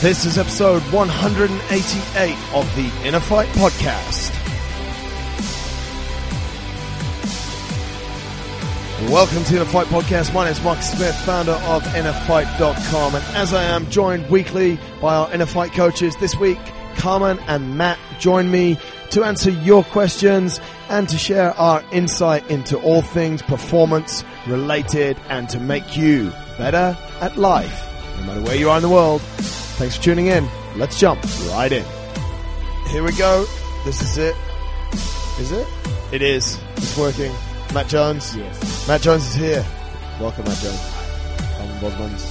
This is episode 188 of the Inner Fight Podcast. Welcome to Inner Fight Podcast. My name is Mike Smith, founder of InnerFight.com. And as I am joined weekly by our Inner Fight coaches, this week, Carmen and Matt join me to answer your questions and to share our insight into all things performance related and to make you better at life, no matter where you are in the world. Thanks for tuning in. Let's jump right in. Here we go. This is it. Is it? It is. It's working. Matt Jones. Yes. Matt Jones is here. Welcome, Matt Jones. I'm Bob Mullins.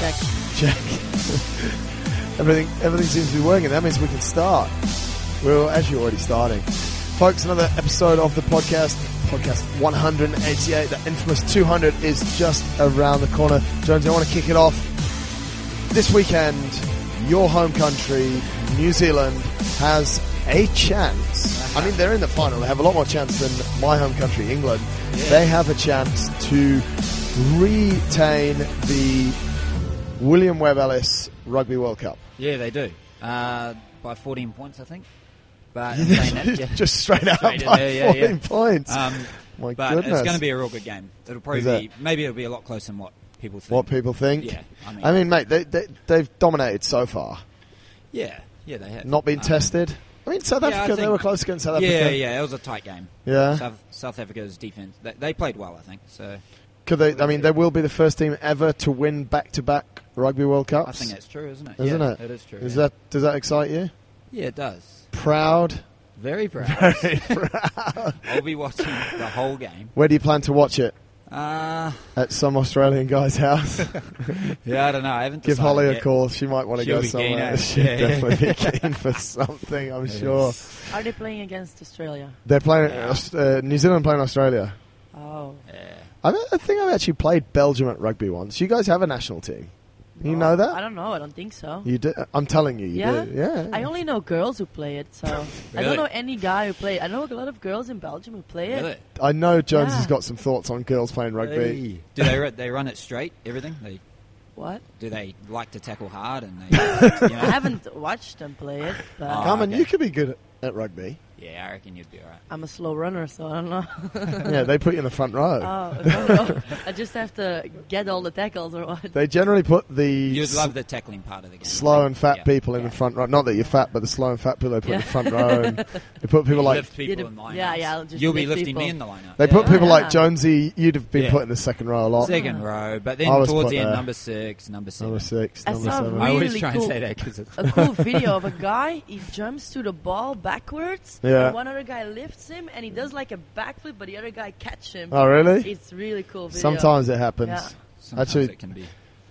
Check. Check. everything, everything seems to be working. That means we can start. We're actually already starting. Folks, another episode of the podcast, podcast 188, the infamous 200 is just around the corner. Jones, I want to kick it off. This weekend, your home country, New Zealand, has a chance. I mean, they're in the final. They have a lot more chance than my home country, England. They have a chance to retain the William Webb Ellis Rugby World Cup. Yeah, they do. Uh, by 14 points, I think. But I'm saying that, yeah. Just straight out Straight in by there, yeah, 14 yeah. points. Um, My but goodness. it's going to be a real good game. It'll probably Is it? be, maybe it'll be a lot closer than what people think. what people think. Yeah, I mean- mate, they, they, they've dominated so far. Yeah, yeah, they have. Not been Um, tested. I mean, South yeah, I Africa, they think- were close against South Yeah, Africa. yeah, it was a tight game. Yeah. South, South Africa's defense, they, they played well, I think. So Could they, I mean, they will be the first team ever to win back-to-back Rugby World Cups. I think that's true, isn't it? Isn't yeah, it? It is true. Is yeah. that, does that excite you? Yeah, it does. Proud? Very proud. Very proud. I'll be watching the whole game. Where do you plan to watch it? Uh, At some Australian guy's house? yeah, I don't know. I haven't Give decided Holly a yet. call. She might want to She'll go be keen, somewhere. eh? She'd Yeah, yeah. definitely be keen for something, I'm sure. Are they playing against Australia? They're playing Yeah. Aus- uh, New Zealand playing Australia. Oh, Yeah. I've, I think I've actually played Belgium at rugby once. You guys have a national team. You No, know Oh, I that? don't know. I don't think so. You do. I'm telling you. you Yeah? Do. Yeah. I only know girls who play it, so I Really? don't know any guy who play. it. I know a lot of girls in Belgium who play it. Really? I know Jones Yeah. has got some thoughts on girls playing rugby. Hey. Do they ru- they run it straight? Everything? They What? do they like to tackle hard and they? You know? I haven't watched them play it, but Oh. Carmen, okay. you could be good at, at rugby. Yeah, I reckon you'd be alright. I'm a slow runner, so I don't know. yeah, they put you in the front row. oh, no, no. I just have to get all the tackles or what? they generally put the You'd s- love the tackling part of the game. slow and fat Yeah, people in yeah. the front row. Not that you're fat, but the slow and fat people they put in the Yeah. front row. And they put people like lift people You'd- in lineups. yeah, yeah, I'll just You'll be lift lifting people. me in the lineup. they put Yeah. people like Yeah. Jonesy. You'd have been Yeah. put in the second row a lot. Second row, but then I was towards put the end, there. number six, number seven. Number six, I number saw seven. I always Really try cool. and say that because it's a cool video of a guy. He jumps to the ball backwards. Yeah. And one other guy lifts him, and he does like a backflip, but the other guy catch him. Oh, really? It's really cool video. Sometimes it happens. Yeah. sometimes Actually- it can be.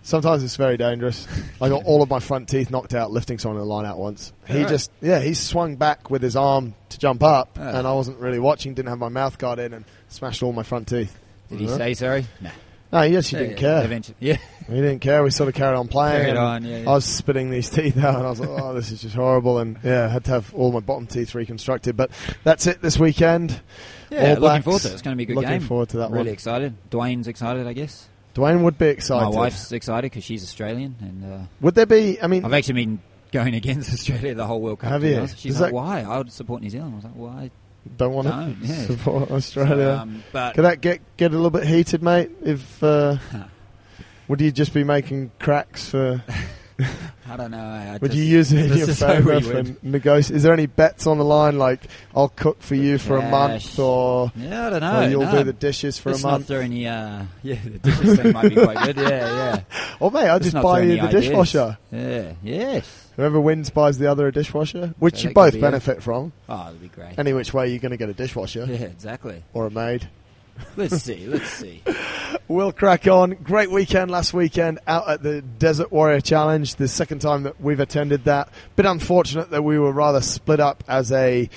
Sometimes it's very dangerous. I got all of my front teeth knocked out lifting someone in the line out once. He Alright. just, yeah, he swung back with his arm to jump up, Ah. and I wasn't really watching, didn't have my mouth guard in, and smashed all my front teeth. Did he Uh-huh. say sorry? No, No, he actually didn't care. Eventually, yeah. He didn't care. We sort of carried on playing. Carried and on, yeah, yeah. I was spitting these teeth out, and I was like, oh, this is just horrible. And yeah, I had to have all my bottom teeth reconstructed. But that's it this weekend. All Yeah, looking Blacks. forward to it. It's going to be a good Looking game. forward to that really one. excited. Dwayne's excited, I guess. Dwayne would be excited. My wife's excited because she's Australian, and uh, Would there be, I mean, I've actually been going against Australia the whole World Cup. Have to be you? honest. She's Does like, that- why? I would support New Zealand. I was like, why? don't want Don't, to yeah. support Australia. Um, but Could that get get a little bit heated, mate? If uh, would you just be making cracks for? I don't know. I Would just- you use it in this your is how we favour win. for negotiate? Is there any bets on the line? Like I'll cook for you for a month, Cash. or, Yeah, I don't or know. you'll no. do the dishes for Let's a month, Not throw any, uh, yeah, the dishes thing might be quite good. Yeah, yeah. or mate, I'll Let's just not buy throw you any the ideas. dishwasher. Yeah, yes. Whoever wins buys the other a dishwasher, which So you that could both be benefit from. Oh, that'd be great. Any which way, you're going to get a dishwasher Yeah, exactly. or a maid. Let's see. Let's see. We'll crack on. Great weekend last weekend out at the Desert Warrior Challenge, the second time that we've attended that. Bit unfortunate that we were rather split up as a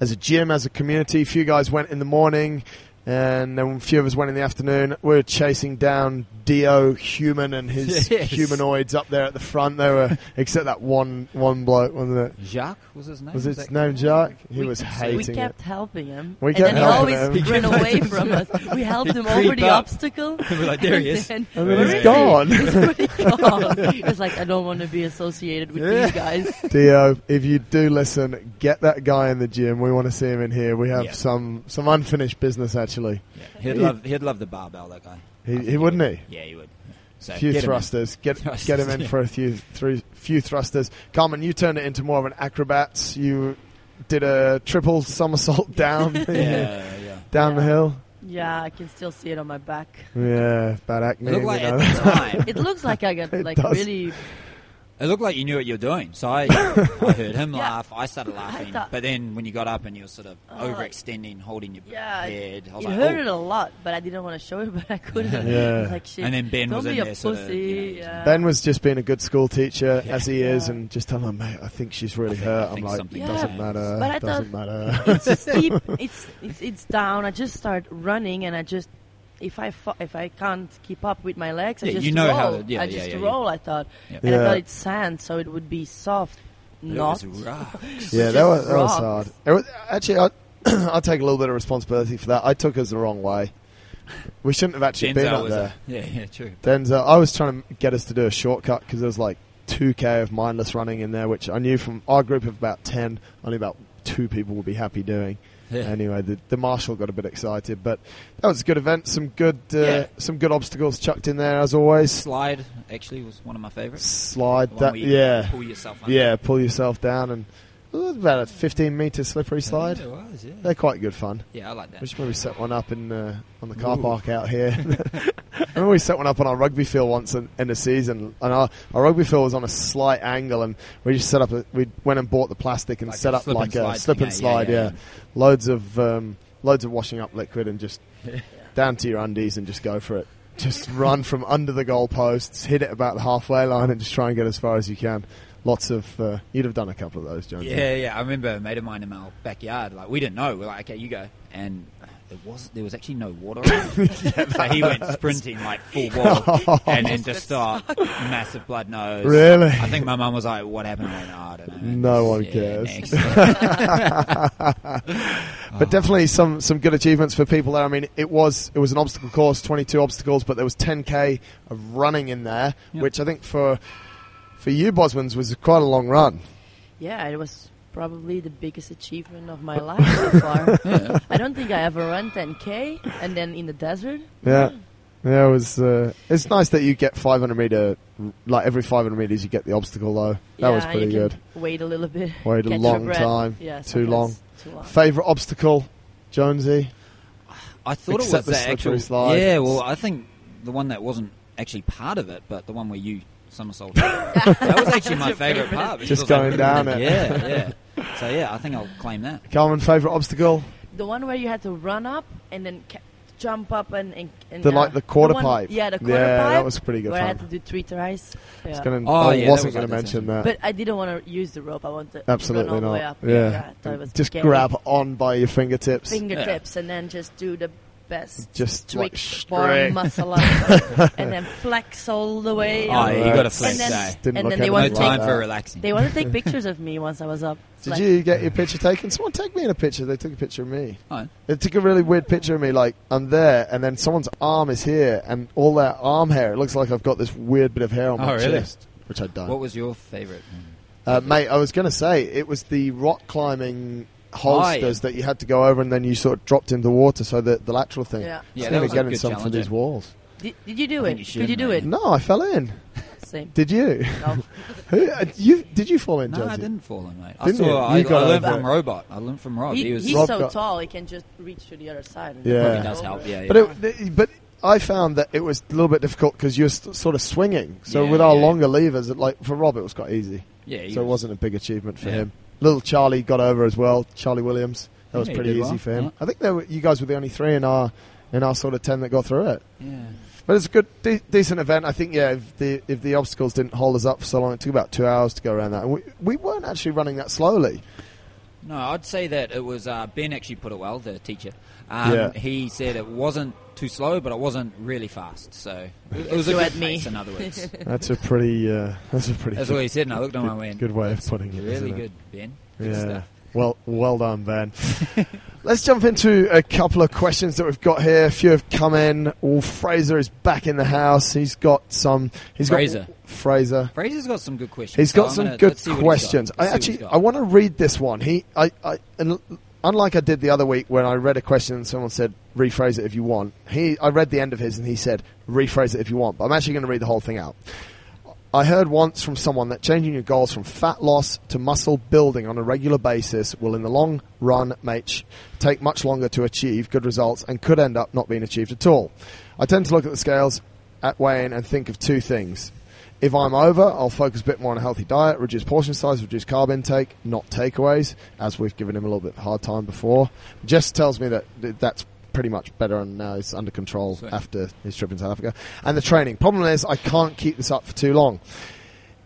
as a gym, as a community. A few guys went in the morning. And then a few of us went in the afternoon. We were chasing down Dio Human and his Yes. humanoids up there at the front. They were, except that one one bloke, wasn't it? Jacques was his name. Was Is his that- name Jacques? He We- was We hating it. kept helping him. We and kept then he helping always him. He ran kept away helping from us. We helped He'd him over creep the up. obstacle. We're like, there he and is. then- And then Where he's is gone. he? He's gone. He's like, I don't want to be associated with Yeah. you guys. Dio, if you do listen, get that guy in the gym. We want to see him in here. We have Yeah. some some unfinished business actually. Yeah, He'd love, he'd love the barbell, that guy. He, I think he wouldn't he? would. Yeah, he would. So A few get him in. thrusters. Get Thrusters, get him in yeah. for a few three, few thrusters. Carmen, you turned it into more of an acrobats. You did a triple somersault down Yeah, yeah. down the Yeah. hill. Yeah, I can still see it on my back. Yeah, bad acne. It looked you like at know. the time, It looks like I got It like does. really. it looked like you knew what you were doing. So I, I heard him Yeah. laugh. I started laughing. thought- but then when you got up and you were sort of Oh. overextending, holding your Yeah, I- head, I It was like, hurt oh. it a lot, but I didn't want to show it, but I couldn't. Yeah. It's like shit. And then Ben don't was be in a there, sort pussy. of, you know, he's- yeah. Ben was just being a good school teacher Yeah. as he is, Yeah. and just telling him, mate, I think she's really I think- I hurt. I'm think like, something Yeah, doesn't matter. but I doesn't matter. it's steep. It's, it's it's down. I just start running, and I just if I fa- if I can't keep up with my legs, I Yeah, just you know roll. how to- yeah, I yeah, just yeah, yeah. roll. I thought, Yeah. and I Yeah. thought it's sand, so it would be soft. It was Not rocks. yeah, just that was, that was rocks. hard. It was, actually, I, I'll take a little bit of responsibility for that. I took us the wrong way. We shouldn't have actually been Denzel up was there. a- yeah, yeah, true. Denzel, I was trying to get us to do a shortcut because there was like 2k of mindless running in there, which I knew from our group of about 10, only about two people would be happy doing. Yeah. Anyway, the, the marshal got a bit excited, but that was a good event. Some good, uh, Yeah. some good obstacles chucked in there as always. Slide actually was one of my favorites. The Slide one that, where you yeah, pull yourself under. yeah, pull yourself down and it was about a 15 meter slippery slide. Yeah, it was, yeah. They're quite good fun. yeah, I like that. We should probably set one up in uh, on the car Ooh. park out here. I remember we set one up on our rugby field once in, in the season, and our, our rugby field was on a slight angle, and we just set up. A, we went and bought the plastic and Like set a up slip like and a slide slip thing, and yeah, yeah, slide. Yeah, yeah. loads of um, loads of washing up liquid and just down to your undies and just go for it. Just run from under the goalposts, hit it about the halfway line, and just try and get as far as you can. Lots of uh, you'd have done a couple of those, John. Yeah, yeah. I remember a mate of mine in our backyard. Like we didn't know. We're like, okay, you go. And there was there was actually no water. around. so he went sprinting like full ball, and then just start massive blood nose. Oh, Really? I think my mum was like, "What happened?" I, went, "Oh, I don't know. No one Yeah, cares. next. But definitely some some good achievements for people there. I mean, it was it was an obstacle course, 22 obstacles, but there was 10k of running in there, Yep. which I think for for you Bosmans was quite a long run. Yeah, it was probably the biggest achievement of my life so far. Yeah. I don't think I ever ran 10k, and then in the desert. Yeah. Yeah, it was. Uh, it's nice that you get 500 meter, like every 500 meters you get the obstacle though. That yeah, was pretty you good. can Wait a little bit. Wait a catch your long breath. time. Yeah, Too long. sometimes Too long. Favorite obstacle, Jonesy. I thought it was Except the that slippery actual. slide. Yeah, well, I think the one that wasn't actually part of it, but the one where you somersaulted. that was actually my Your favorite favourite. part. because Just it was going like- down it. Yeah, yeah. So yeah, I think I'll claim that. Carmen, favorite obstacle. The one where you had to run up and then ca- jump up and, and, and The uh, like the quarter one- pipe. Yeah, the quarter yeah, pipe. that was pretty good where I fun. had to do three tries. I, was Yeah. gonna, Oh, I yeah, that wasn't was like going to that mention too. that. But I didn't want to use the rope. I wanted Absolutely to run all the way not. up. Yeah. I thought it was just scary. grab on by your fingertips. fingertips and then just do the best Just, like, twitch straight. bar muscle up and then flex all the way. Oh, up. yeah, you got to and flex then, that. Didn't and look then at they it No want to like time take that. for relaxing. they want to take pictures of me once I was up. It's Did like, you get your picture taken? Someone take me in a picture. They took a picture of me. Oh. They took a really weird picture of me. Like I'm there, and then someone's arm is here, and all their arm hair. It looks like I've got this weird bit of hair on my Oh, really? chest, which I don't. What was your favourite? uh, mate, I was going to say it was the rock climbing yeah. holsters that you had to go over, and then you sort of dropped into water. So the, the lateral thing. Yeah. Yeah, I'm that gonna was a get in good some for challenge, these eh? walls. Did, did you do I it? think you Did you should, do mate. it? No, I fell in. Same. Did you? No. Who? Uh, you did you fall in? No, Josie? I didn't fall in, mate. I Didn't saw. you? I, You got I learned over from it. Robot. I learned from Rob. He, He, was. he's Rob so got- tall, he can just reach to the other side. and Yeah. probably jump does over. help. Yeah, yeah. But it, the- but I found that it was a little bit difficult because you're st- sort of swinging. So Yeah, with our yeah. longer levers, it, like for Rob, it was quite easy. yeah, he so it was- wasn't a big achievement for Yeah. him. Little Charlie got over as well. Charlie Williams. That was Yeah, he pretty did easy well. for him. Yeah. I think there were, you guys were the only three in our in our sort of ten that got through it. Yeah. But it's a good, de- decent event. I think yeah. If the if the obstacles didn't hold us up for so long, it took about two hours to go around that, and we we weren't actually running that slowly. No, I'd say that it was uh, Ben actually put it well, the teacher. Um, Yeah. He said it wasn't too slow, but it wasn't really fast. So it was a threw good at me. pace, in other words. That's a pretty. Uh, that's a pretty. That's good, what he said, and I looked at him and I good, went, good way of putting it. really isn't it? good, Ben. Good stuff. Well, well done, Ben. Let's jump into a couple of questions that we've got here. A few have come in. Well, Fraser is back in the house. He's got some. He's Fraser. got Fraser. Fraser's got some good questions. He's so got I'm some gonna- good let's see what he's got. questions. Let's I see what he's actually got. I want to read this one. He I, I and unlike I did the other week when I read a question and someone said rephrase it if you want. He I read the end of his and he said rephrase it if you want. But I'm actually going to read the whole thing out. I heard once from someone that changing your goals from fat loss to muscle building on a regular basis will, in the long run, mate, sh- take much longer to achieve good results and could end up not being achieved at all. I tend to look at the scales at weighing and think of two things. If I'm over, I'll focus a bit more on a healthy diet, reduce portion size, reduce carb intake, not takeaways, as we've given him a little bit of a hard time before. Jess tells me that that that's pretty much better and now it's under control Sweet. after his trip in South Africa. And the training. Problem is, I can't keep this up for too long.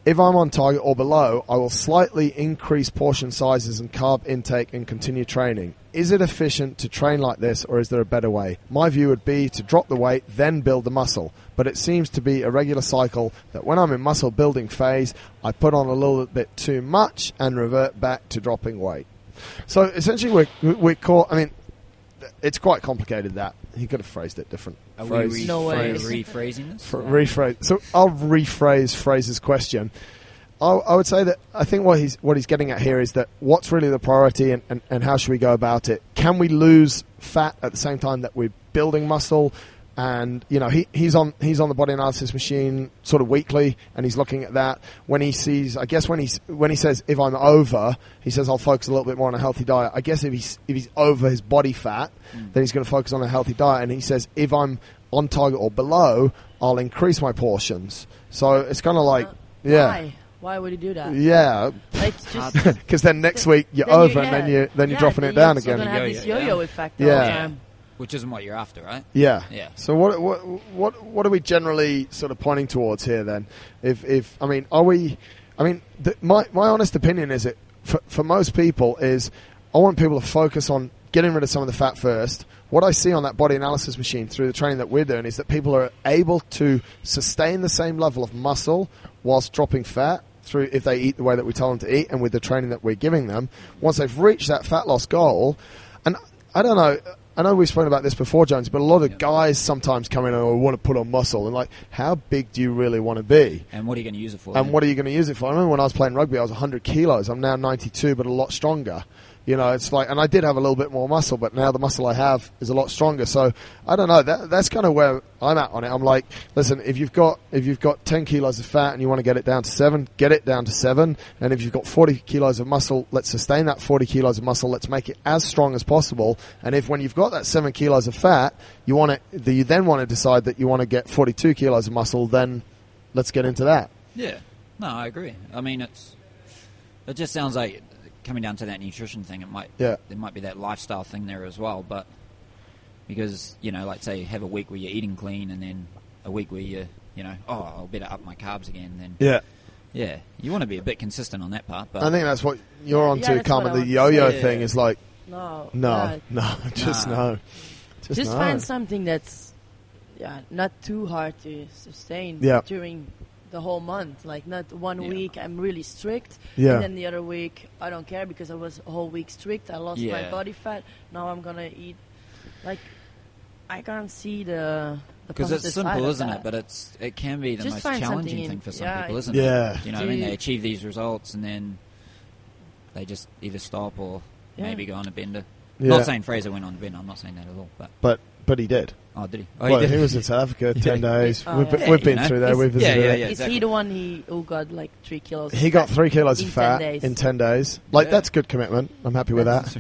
If I'm on target or below, I will slightly increase portion sizes and carb intake and continue training. Is it efficient to train like this or is there a better way? My view would be to drop the weight, then build the muscle. But it seems to be a regular cycle that when I'm in muscle building phase, I put on a little bit too much and revert back to dropping weight. So essentially, we're, we're caught. I mean, it's quite complicated that. He could have phrased it different. Are we Phrase. re- No way. rephrasing this? Fr- rephrase. So I'll rephrase Fraser's question. I, I would say that I think what he's what he's getting at here is that what's really the priority and, and, and how should we go about it? Can we lose fat at the same time that we're building muscle? And you know he, he's on he's on the body analysis machine sort of weekly, and he's looking at that. When he sees, I guess when he's when he says if I'm over, he says I'll focus a little bit more on a healthy diet. I guess if he's if he's over his body fat, Mm. then he's going to focus on a healthy diet. And he says if I'm on target or below, I'll increase my portions. So it's kind of like, yeah, Why? Why would you do that? yeah, Like it's just because then next week you're Then you- over and yeah. then you then you're Yeah, dropping then it down you're also again. Gonna have Yo-yo, this yo-yo yeah. effect. Yeah. All the Yeah. time. Which isn't what you're after, right? Yeah. Yeah. So what what what what are we generally sort of pointing towards here then? If if I mean, are we? I mean, th- my my honest opinion is it for for most people is I want people to focus on getting rid of some of the fat first. What I see on that body analysis machine through the training that we're doing is that people are able to sustain the same level of muscle whilst dropping fat through if they eat the way that we tell them to eat and with the training that we're giving them. Once they've reached that fat loss goal, and I don't know. I know we've spoken about this before, Jones, but a lot of Yeah. guys sometimes come in and oh, want to put on muscle. And, like, how big do you really want to be? And what are you going to use it for? And what are you going to use it for? I remember when I was playing rugby, I was 100 kilos. I'm now 92, but a lot stronger. You know, it's like, and I did have a little bit more muscle, but now the muscle I have is a lot stronger. So I don't know. That, that's kind of where I'm at on it. I'm like, listen, if you've got if you've got 10 kilos of fat and you want to get it down to seven, get it down to seven. And if you've got 40 kilos of muscle, let's sustain that 40 kilos of muscle. Let's make it as strong as possible. And if when you've got that seven kilos of fat, you want it, that you then want to decide that you want to get 42 kilos of muscle, then let's get into that. Yeah. No, I agree. I mean, it's it just sounds like coming down to that nutrition thing. It might Yeah. there might be that lifestyle thing there as well, but because you know, like say, you have a week where you're eating clean, and then a week where you you know, oh, I'll better up my carbs again. Then Yeah. yeah, you want to be a bit consistent on that part. But I think that's what you're Yeah, onto, that's Carmen. what I The want to yo-yo say. thing is like, No. no, yeah. no, just Nah. no, just, Just no. find something that's yeah, not too hard to sustain Yeah. during the whole month. Like not one Yeah. week I'm really strict, Yeah. and then the other week I don't care because I was a whole week strict. I lost Yeah. my body fat. Now I'm gonna eat like I can't see the because it's simple, isn't it? But uh, it's it can be the Just most find something challenging in- thing for some yeah, people, isn't Yeah. it? You know, what I mean, Do- they achieve these results and then they just either stop or Yeah. maybe go on a bender. Yeah. Not saying Fraser went on a bender. I'm not saying that at all. But But but he did. oh, did he? Oh, well, he he, did. was in South Africa ten Yeah. days. Oh, we've, yeah. been- we've Yeah, been you know. through there. It's- We've visited. yeah, it. yeah, is exactly. he the one he who got like three kilos? He got three kilos of In 10 fat days. in ten days. Like Yeah. that's good commitment. I'm happy with that.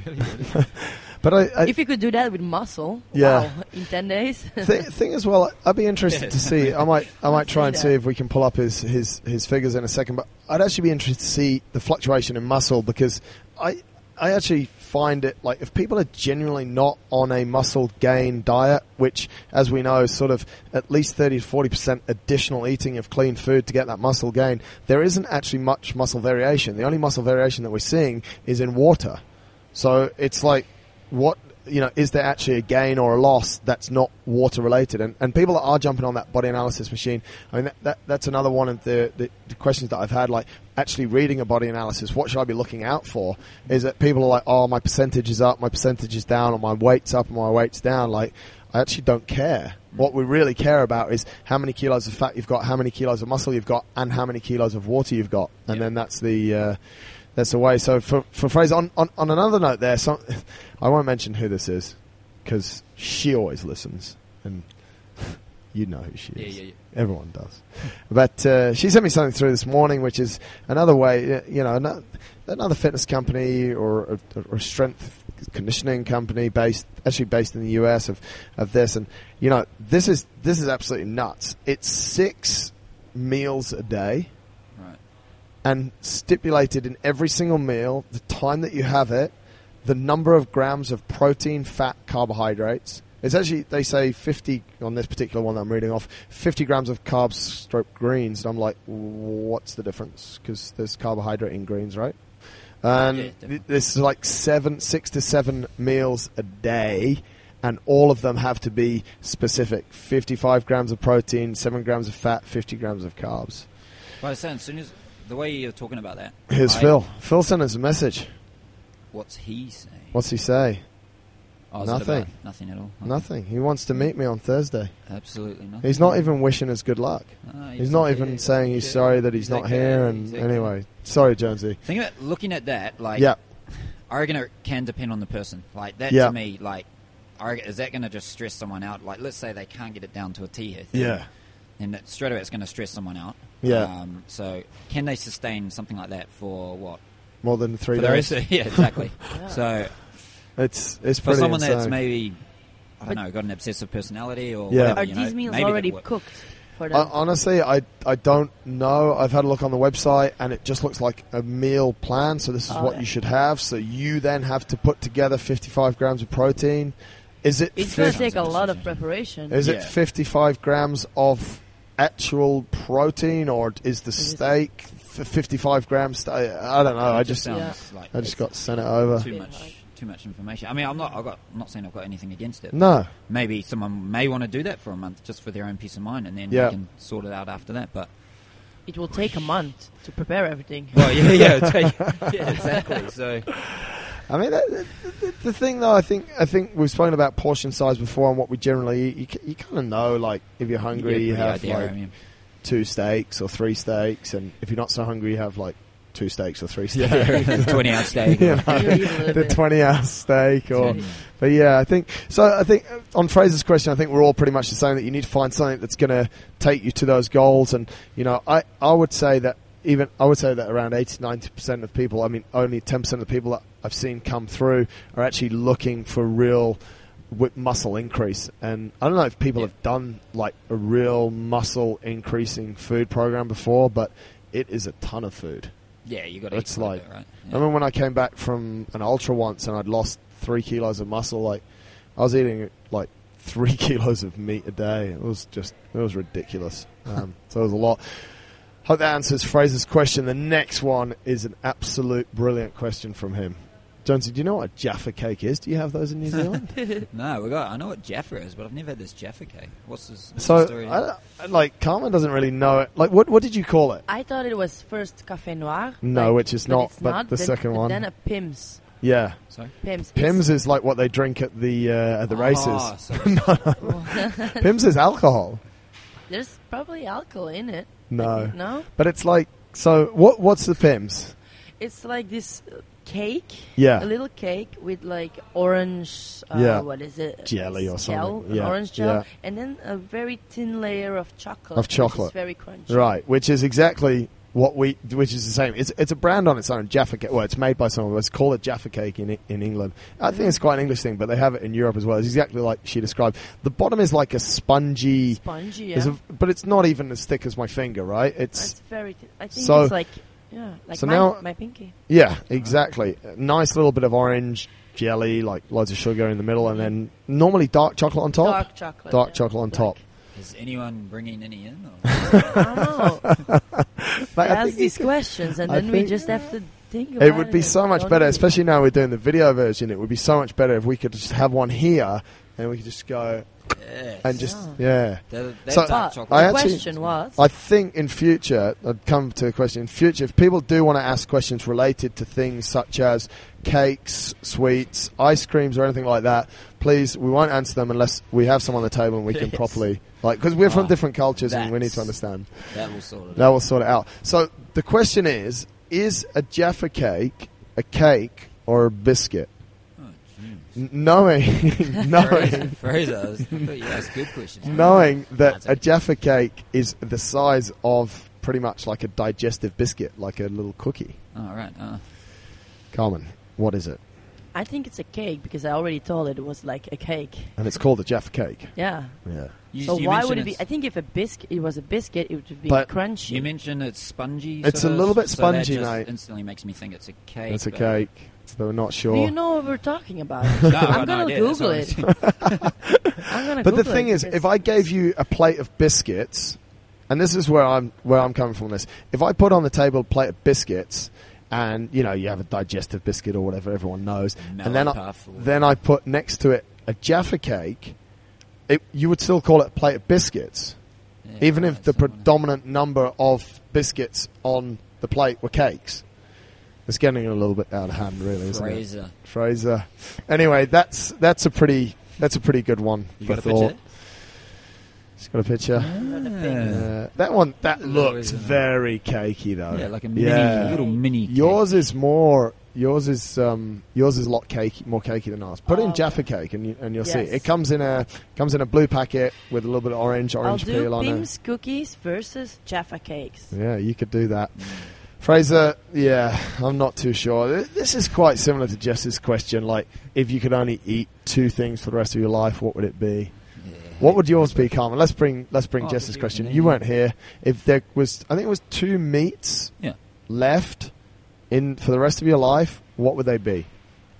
But I, I if you could do that with muscle, Yeah. wow, in ten days. Th- thing as well, I'd be interested to see. I might, I might Let's try do and that. see if we can pull up his, his, his figures in a second. But I'd actually be interested to see the fluctuation in muscle because I, I actually find it like if people are genuinely not on a muscle gain diet, which as we know is sort of at least thirty to forty percent additional eating of clean food to get that muscle gain, there isn't actually much muscle variation. The only muscle variation that we're seeing is in water. So it's like, what you know, is there actually a gain or a loss that's not water related? And, and people that are jumping on that body analysis machine, I mean, that, that, that's another one of the, the, the questions that I've had, like actually reading a body analysis, what should I be looking out for? Is that people are like, oh, my percentage is up, my percentage is down, or my weight's up, or my weight's down. Like, I actually don't care. What we really care about is how many kilos of fat you've got, how many kilos of muscle you've got, and how many kilos of water you've got. And Yeah. then that's the, uh, that's the way. So for for Fraser, on, on, on another note, there, some, I won't mention who this is because she always listens, and you know who she Yeah, is. yeah, yeah. Everyone does. but uh, she sent me something through this morning, which is another way. uh, You know, ano- another fitness company or or, or strength conditioning company based actually based in the US of of this, and you know, this is this is absolutely nuts. It's six meals a day Right. and stipulated in every single meal the time that you have it, the number of grams of protein, fat, carbohydrates. It's actually they say fifty on this particular one that I'm reading off, fifty grams of carbs, stroke greens, and I'm like, what's the difference? Because there's carbohydrate in greens, right? And Yeah, th- definitely. this is like seven, six to seven meals a day, and all of them have to be specific: fifty-five grams of protein, seven grams of fat, fifty grams of carbs. Well, I was saying, as soon as the way you're talking about that, Here's I- Phil. Phil sent us a message. What's he saying? What's he say? Oh, is it about Nothing. Nothing at all. Nothing. He wants to meet me on Thursday. Absolutely nothing. He's not even wishing us good luck. Ah, He's not even yeah, saying he's yeah, sorry that he's, he's not like, here. uh, And he's like- anyway, sorry, Jonesy. Think about looking at that. Like, yeah, I reckon it can depend on the person. Like that Yeah. to me, like, I reckon, is that going to just stress someone out? Like, let's say they can't get it down to a T here. thing, Yeah. Then that, straight away, it's going to stress someone out. Yeah. Um, so, can they sustain something like that for what? more than three for the days. rest of, yeah, exactly. Yeah. So, It's it's for pretty someone insane. that's maybe, I don't But- know, got an obsessive personality or Yeah. whatever, Are you know, these meals maybe already that'll work. cooked for I, them? honestly, I I don't know. I've had a look on the website, and it just looks like a meal plan. So this is Oh, what yeah. you should have. So you then have to put together fifty-five grams of protein. Is it? it's going to fif- take a lot of preparation. Is it Yeah. 55 grams of actual protein, or is the Is it- steak f- 55 grams? sta- I don't know. I It just sounds Yeah. like I just got sent it over. too Yeah, much like- too much information. I mean, I'm not I got I'm not saying I've got anything against it. No, Maybe someone may want to do that for a month just for their own peace of mind, and then Yeah. they can sort it out after that. But It will take a month to prepare everything. well, yeah, yeah, yeah, exactly. So I mean that, that- that- the thing though. I think I think we've spoken about portion size before and what we generally eat. You, ca- you kind of know like if you're hungry, you have like two steaks or three steaks, and if you're not so hungry, you have like two steaks or three steaks. twenty ounce steak. You know, You eat a little the bit. 20 ounce steak or Yeah. But yeah, I think so. I think uh, on Fraser's question, I think we're all pretty much the same. That you need to find something that's going to take you to those goals, and you know, I I would say that even I would say that around 80 90 percent of people, I mean, only ten percent of the people that I've seen come through are actually looking for real wi- muscle increase and i don't know if people Yeah. have done like a real muscle increasing food program before but it is a ton of food Yeah, you got to. it's like right. I remember when I came back from an ultra once and I'd lost three kilos of muscle. Like I was eating like three kilos of meat a day. It was just it was ridiculous. Um, so it was a lot. Hope that answers Fraser's question. The next one is an absolute brilliant question from him. Jonesy, do you know what a Jaffa cake is? Do you have those in New Zealand? No, we got. I know what Jaffa is, but I've never had this Jaffa cake. What's this? What's the so, story? I, I- like, Carmen doesn't really know it. Like, what what did you call it? I thought it was first Café Noir. No, like, which is but not, it's but the then, second but one. Then a Pims. Yeah, Sorry. Pims. Pims is like what they drink at the uh, at the Ah, races. sorry. Oh. Pims is alcohol. There's probably alcohol in it. No. No? But it's like so what what's the PIMS? It's like this uh, cake. Yeah. A little cake with like orange. Uh, Yeah. What is it? Jelly or It's gel, something. an Yeah, Orange gel. yeah. And then a very thin layer of chocolate. Of Which chocolate. is very crunchy. Right, which is exactly what we which is the same. It's it's a brand on its own, Jaffa cake. Well, it's made by someone. It's called a Jaffa cake in in England. I think it's quite an English thing, but they have it in Europe as well. It's exactly like she described. The bottom is like a spongy Spongy, yeah. is a- but it's not even as thick as my finger, right? It's That's very thin. I think So- it's like. Yeah, like so my, now- my pinky. Yeah, exactly. A nice little bit of orange jelly, like loads of sugar in the middle, and then normally dark chocolate on top. Dark chocolate. Dark yeah. chocolate on Black. top. Is anyone bringing any in? Or? I don't know. Like, I ask think these it's- questions and I then we think- just have to think about It would be so much don't better, we? especially now we're doing the video version. It would be so much better if we could just have one here and we could just go and just yeah. They're, they're So- dark But chocolate. the I actually- question was, I think in future, I'd come to a question. In future, if people do want to ask questions related to things such as cakes, sweets, ice creams, or anything like that, please, we won't answer them unless we have someone on the table and we can Yes. properly like because we're from Ah, different cultures and we need to that's- understand. that will sort it That out. will sort it out. So the question is: Is a jaffa cake a cake or a biscuit? Oh, jeez. N- knowing, Fraser, knowing, Fraser, I was- I thought you asked good questions. knowing that That's a okay. jaffa cake is the size of pretty much like a digestive biscuit, like a little cookie. All right. Uh, Carmen, what is it? I think it's a cake because I already told it, it was like a cake. And it's called a jaffa cake. Yeah. Yeah. you, so you why mentioned would it be? it's- I think if a biscuit, it was a biscuit, it would be But- crunchy. You mentioned it's spongy. It's sort a of, little bit so that spongy, just mate. Instantly makes me think it's a cake. It's a but- cake, but we're not sure. Do you know what we're talking about? No, I've I'm got no gonna idea, that's Google what it. I'm saying. I'm gonna But the Google it thing is, because- if I gave you a plate of biscuits, and this is where I'm where I'm coming from. This, if I put on the table a plate of biscuits, and you know you have a digestive biscuit or whatever everyone knows, and then I, Melonpuff or- then I put next to it a jaffa cake, it, you would still call it a plate of biscuits, Yeah, even right, if the so I wanna- predominant number of biscuits on the plate were cakes. It's getting a little bit out of hand, really, isn't it? Fraser. Fraser. Anyway, that's that's a pretty that's a pretty good one You for got a thought. picture? It's got a picture. Yeah. Uh, that one that Always, looked isn't it? very cakey though. Yeah, like a mini, Yeah. little mini. cake. Yours is more. Yours is um, yours is a lot cakey, more cakey than ours. Put Oh, in okay. Jaffa cake and you, and you'll see Yes. it comes in a comes in a blue packet with a little bit of orange I'll orange do peel on it. Pim's cookies versus Jaffa cakes. Yeah, you could do that. Mm. Fraser, yeah, I'm not too sure. Th- This is quite similar to Jess's question. Like, if you could only eat two things for the rest of your life, what would it be? Yeah. What would yours be, Carmen? Let's bring let's bring Oh, Jess's you- question. yeah, You yeah. weren't here. If there was, I think it was two meats Yeah. left in for the rest of your life. What would they be?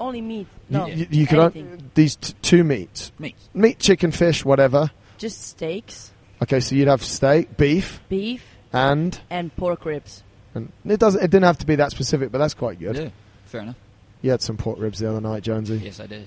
Only meat. No, you, you- you could anything. on, these t- two meats: Meat. meat, chicken, fish, whatever. just steaks, Okay, so you'd have steak, beef, beef, and and pork ribs. and it doesn't. It didn't have to be that specific, but that's quite good. Yeah. Fair enough. You had some pork ribs the other night, Jonesy. Yes, I did.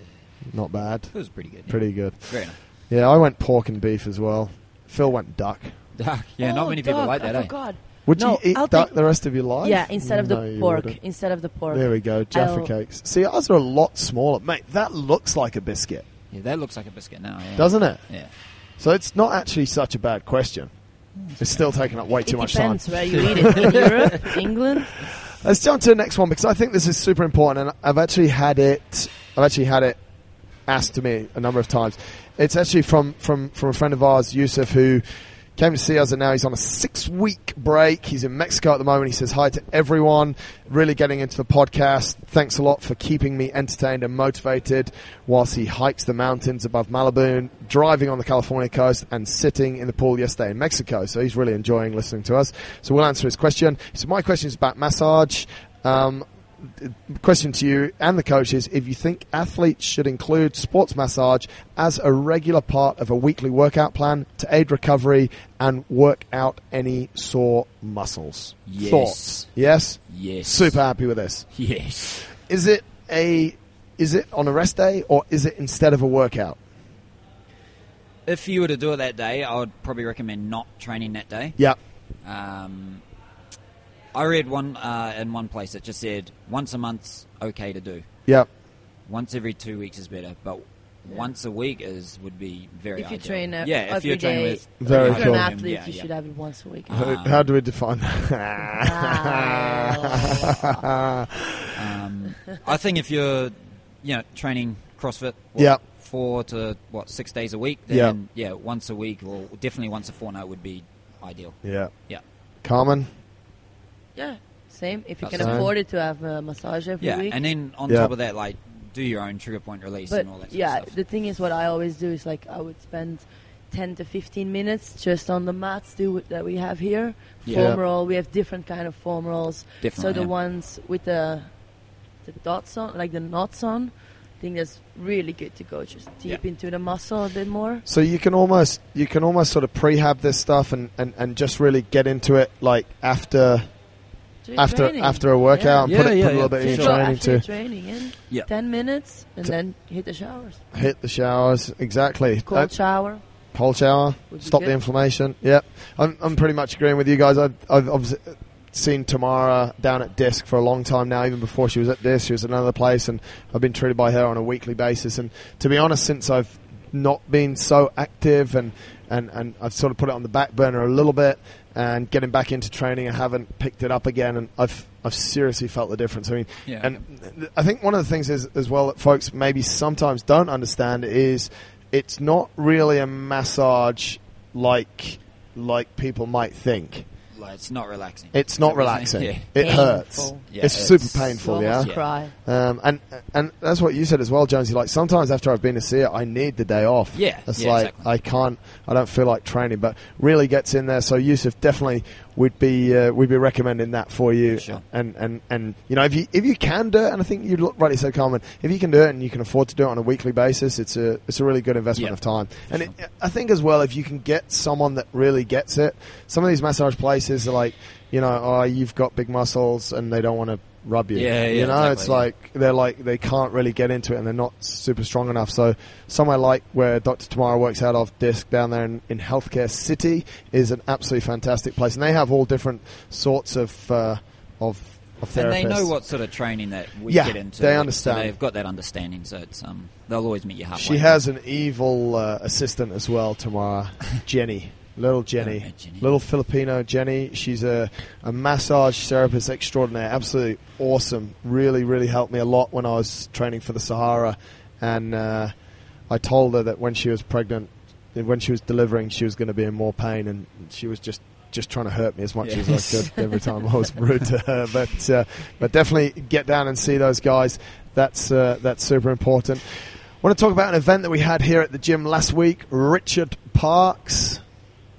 Not bad. It was pretty good. yeah. Pretty good. Fair enough. Yeah, I went pork and beef as well. Phil went duck. Dark. Yeah, Oh, not many people dog, like that. I eh? forgot. Would No, you eat I'll duck take- the rest of your life? Yeah, instead of No, the you pork. wouldn't. Instead of the pork. There we go, Jaffa I'll- cakes. See, ours are a lot smaller. Mate, that looks like a biscuit, Yeah, that looks like a biscuit now. Yeah. doesn't it? Yeah. So it's not actually such a bad question. It's still taking up way too it much time. depends where you eat it. In Europe, England. Let's jump to the next one because I think this is super important, and I've actually had it. I've actually had it asked to me a number of times. It's actually from from from a friend of ours, Yusuf, who came to see us, and now he's on a six week break. He's in Mexico at the moment. He says hi to everyone. Really getting into the podcast. Thanks a lot for keeping me entertained and motivated whilst he hikes the mountains above Malibu, driving on the California coast, and sitting in the pool yesterday in Mexico. So he's really enjoying listening to us. So we'll answer his question. So my question is about massage. Um, question to you and the coach is if you think athletes should include sports massage as a regular part of a weekly workout plan to aid recovery and work out any sore muscles. Yes. Thoughts? Yes? Yes. Super happy with this. Yes. Is it a is it on a rest day or is it instead of a workout? If you were to do it that day, I would probably recommend not training that day. Yeah. Um, I read one uh, in one place that just said once a month's okay to do. Yeah. Once every two weeks is better, but once a week is would be very. If you ideal. train uh, yeah, if every you're training day, with Very if you're cool. Uh-huh. an athlete, yeah, you yeah. should have it once a week. How, Um, how do we define that? Um, I think if you're, you know, training CrossFit, what, Yeah. four to what six days a week, Yeah. then yeah. once a week or definitely once a fortnight would be ideal. yeah. Yeah, Carmen? Yeah, same. If you That's can fine. afford it to have a massage every yeah, week. and then on Yeah. top of that, like do your own trigger point release but and all that. Sort yeah, of stuff. the thing is, what I always do is like I would spend ten to fifteen minutes just on the mats do it- that we have here. Yeah. Foam roll. We have different kind of foam rolls. Definitely, so the yeah. ones with the the dots on, like the knots on. I think that's really good to go just deep Yeah. into the muscle a bit more. So you can almost you can almost sort of prehab this stuff and, and, and just really get into it like after Do your after training. after a workout Yeah. and put, Yeah, it, yeah, put a yeah. little bit in Just your go training after your to training in Yeah. ten minutes and To- then hit the showers. hit the showers. Exactly. Cold That- shower. cold shower. Would be Stop the good. inflammation. Yep. I'm, I'm pretty much agreeing with you guys. I've, I've obs- seen Tamara down at Disc for a long time now, even before she was at Disc. She was at another place, and I've been treated by her on a weekly basis. And to be honest, since I've not been so active and, and, and I've sort of put it on the back burner a little bit and getting back into training, I haven't picked it up again. And I've, I've seriously felt the difference. I mean, Yeah. and th- I think one of the things is as well that folks maybe sometimes don't understand is it's not really a massage like like people might think. Like, it's not relaxing. It's not Is that what you're saying? relaxing. Yeah. It hurts. Painful. Yeah, it's, it's- super You painful. Yeah. almost cry. Um, and and that's what you said as well, Jonesy. Like sometimes after I've been to see it, I need the day off. Yeah, it's yeah, like exactly. I can't, I don't feel like training, but really gets in there. So Yusuf definitely would be uh, would be recommending that for you. Sure. And and and you know if you if you can do it, and I think you look rightly so, Carmen. If you can do it and you can afford to do it on a weekly basis, it's a it's a really good investment Yeah. of time. And Sure. it, I think as well, if you can get someone that really gets it, some of these massage places are like, you know, oh, you've got big muscles, and they don't want to rub you. Yeah, you yeah, know, exactly, it's yeah. like like they're like they can't really get into it and they're not super strong enough. So somewhere like where Dr. Tomorrow works out of Disc down there in, in Healthcare City is an absolutely fantastic place, and they have all different sorts of uh, of, of therapists. And they know what sort of training that we Yeah, get into. they so understand. they've got that understanding, so it's um, they'll always meet you halfway. She has an evil uh, assistant as well, Tamara. Jenny. Little Jenny. Oh, Jenny. Little Filipino Jenny. She's a, a massage therapist extraordinaire. Absolutely awesome. Really, really helped me a lot when I was training for the Sahara. And uh, I told her that when she was pregnant, when she was delivering, she was going to be in more pain. And she was just. Just trying to hurt me as much Yes. as I could every time I was rude to her, but uh, but definitely get down and see those guys. That's uh, that's super important. Want to talk about an event that we had here at the gym last week? Richard Parks.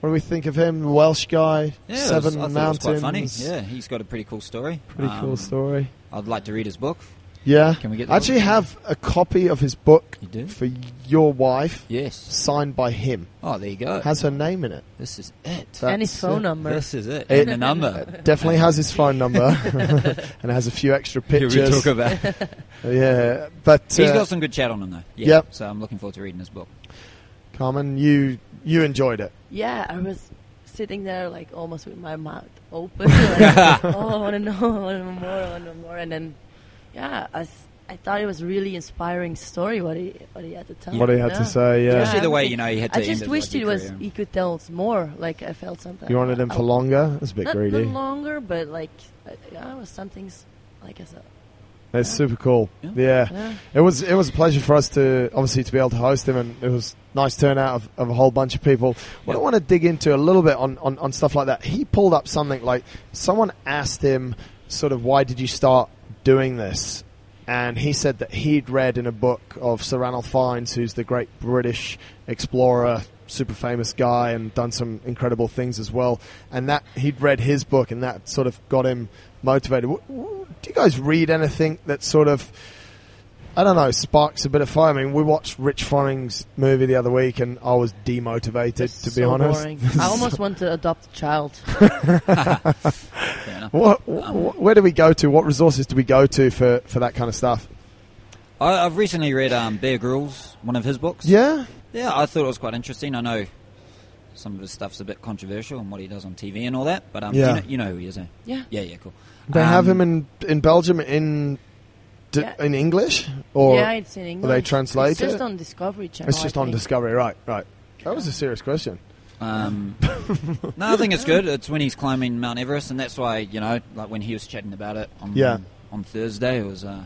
What do we think of him? Welsh guy, Yeah, it was- Seven I thought Mountains. it was quite funny. Yeah, he's got a pretty cool story. pretty cool Um, story. I'd like to read his book. Yeah, Can we get the I actually book? have a copy of his book You do? for your wife, Yes. signed by him. Oh, there you go. Has her name in it. this is it. That- and his That's phone it. number. This is it. It- and the number. It definitely has his phone number, and it has a few extra Here pictures. we talk about. Yeah, but He's uh, got some good chat on him though. Yeah. Yep. So I'm looking forward to reading his book. Carmen, you you enjoyed it. Yeah, I was sitting there like almost with my mouth open. like, oh, I want to know, I want to know more, I want to know more. And then, yeah, I, s- I thought it was really inspiring story what he what he had to tell. What he had Yeah. to say, yeah. Especially the way everything. you know he had to. I end just his wished rugby it was career. he could tell us more. Like I felt something. You wanted him I- Oh. for longer. That's a bit Not, not greedy. longer, but like uh, yeah, it was something's like I said. That's super cool. Yeah. yeah. Yeah. It was it was a pleasure for us to obviously to be able to host him, and it was nice turnout of, of a whole bunch of people. What I Yeah. want to dig into a little bit on, on, on stuff like that. He pulled up something like someone asked him, sort of, why did you start doing this? And he said that he'd read in a book of Sir Ranulph Fiennes, who's the great British explorer, super famous guy, and done some incredible things as well. And that he'd read his book, and that sort of got him motivated. W- w- Do you guys read anything that sort of I don't know, sparks a bit of fire. I mean, we watched Rich Fromming's movie the other week, and I was demotivated, It's to be so honest. boring. I almost want to adopt a child. Fair enough. What, wh- where do we go to? What resources do we go to for, for that kind of stuff? I, I've recently read um, Bear Grylls, one of his books. Yeah, Yeah, I thought it was quite interesting. I know some of his stuff's a bit controversial and what he does on TV and all that, but um, Yeah. you, know, you know who he is, eh? Yeah. Yeah, yeah, cool. they Um, have him in in Belgium in d- Yeah. in English, or yeah, it's in English. translate It's just it? on Discovery Channel. it's just I on think. Discovery. Right, right. That was a serious question. Um, no, I think it's good. It's when he's climbing Mount Everest, and that's why you know, like when he was chatting about it on Yeah. on Thursday, it was uh,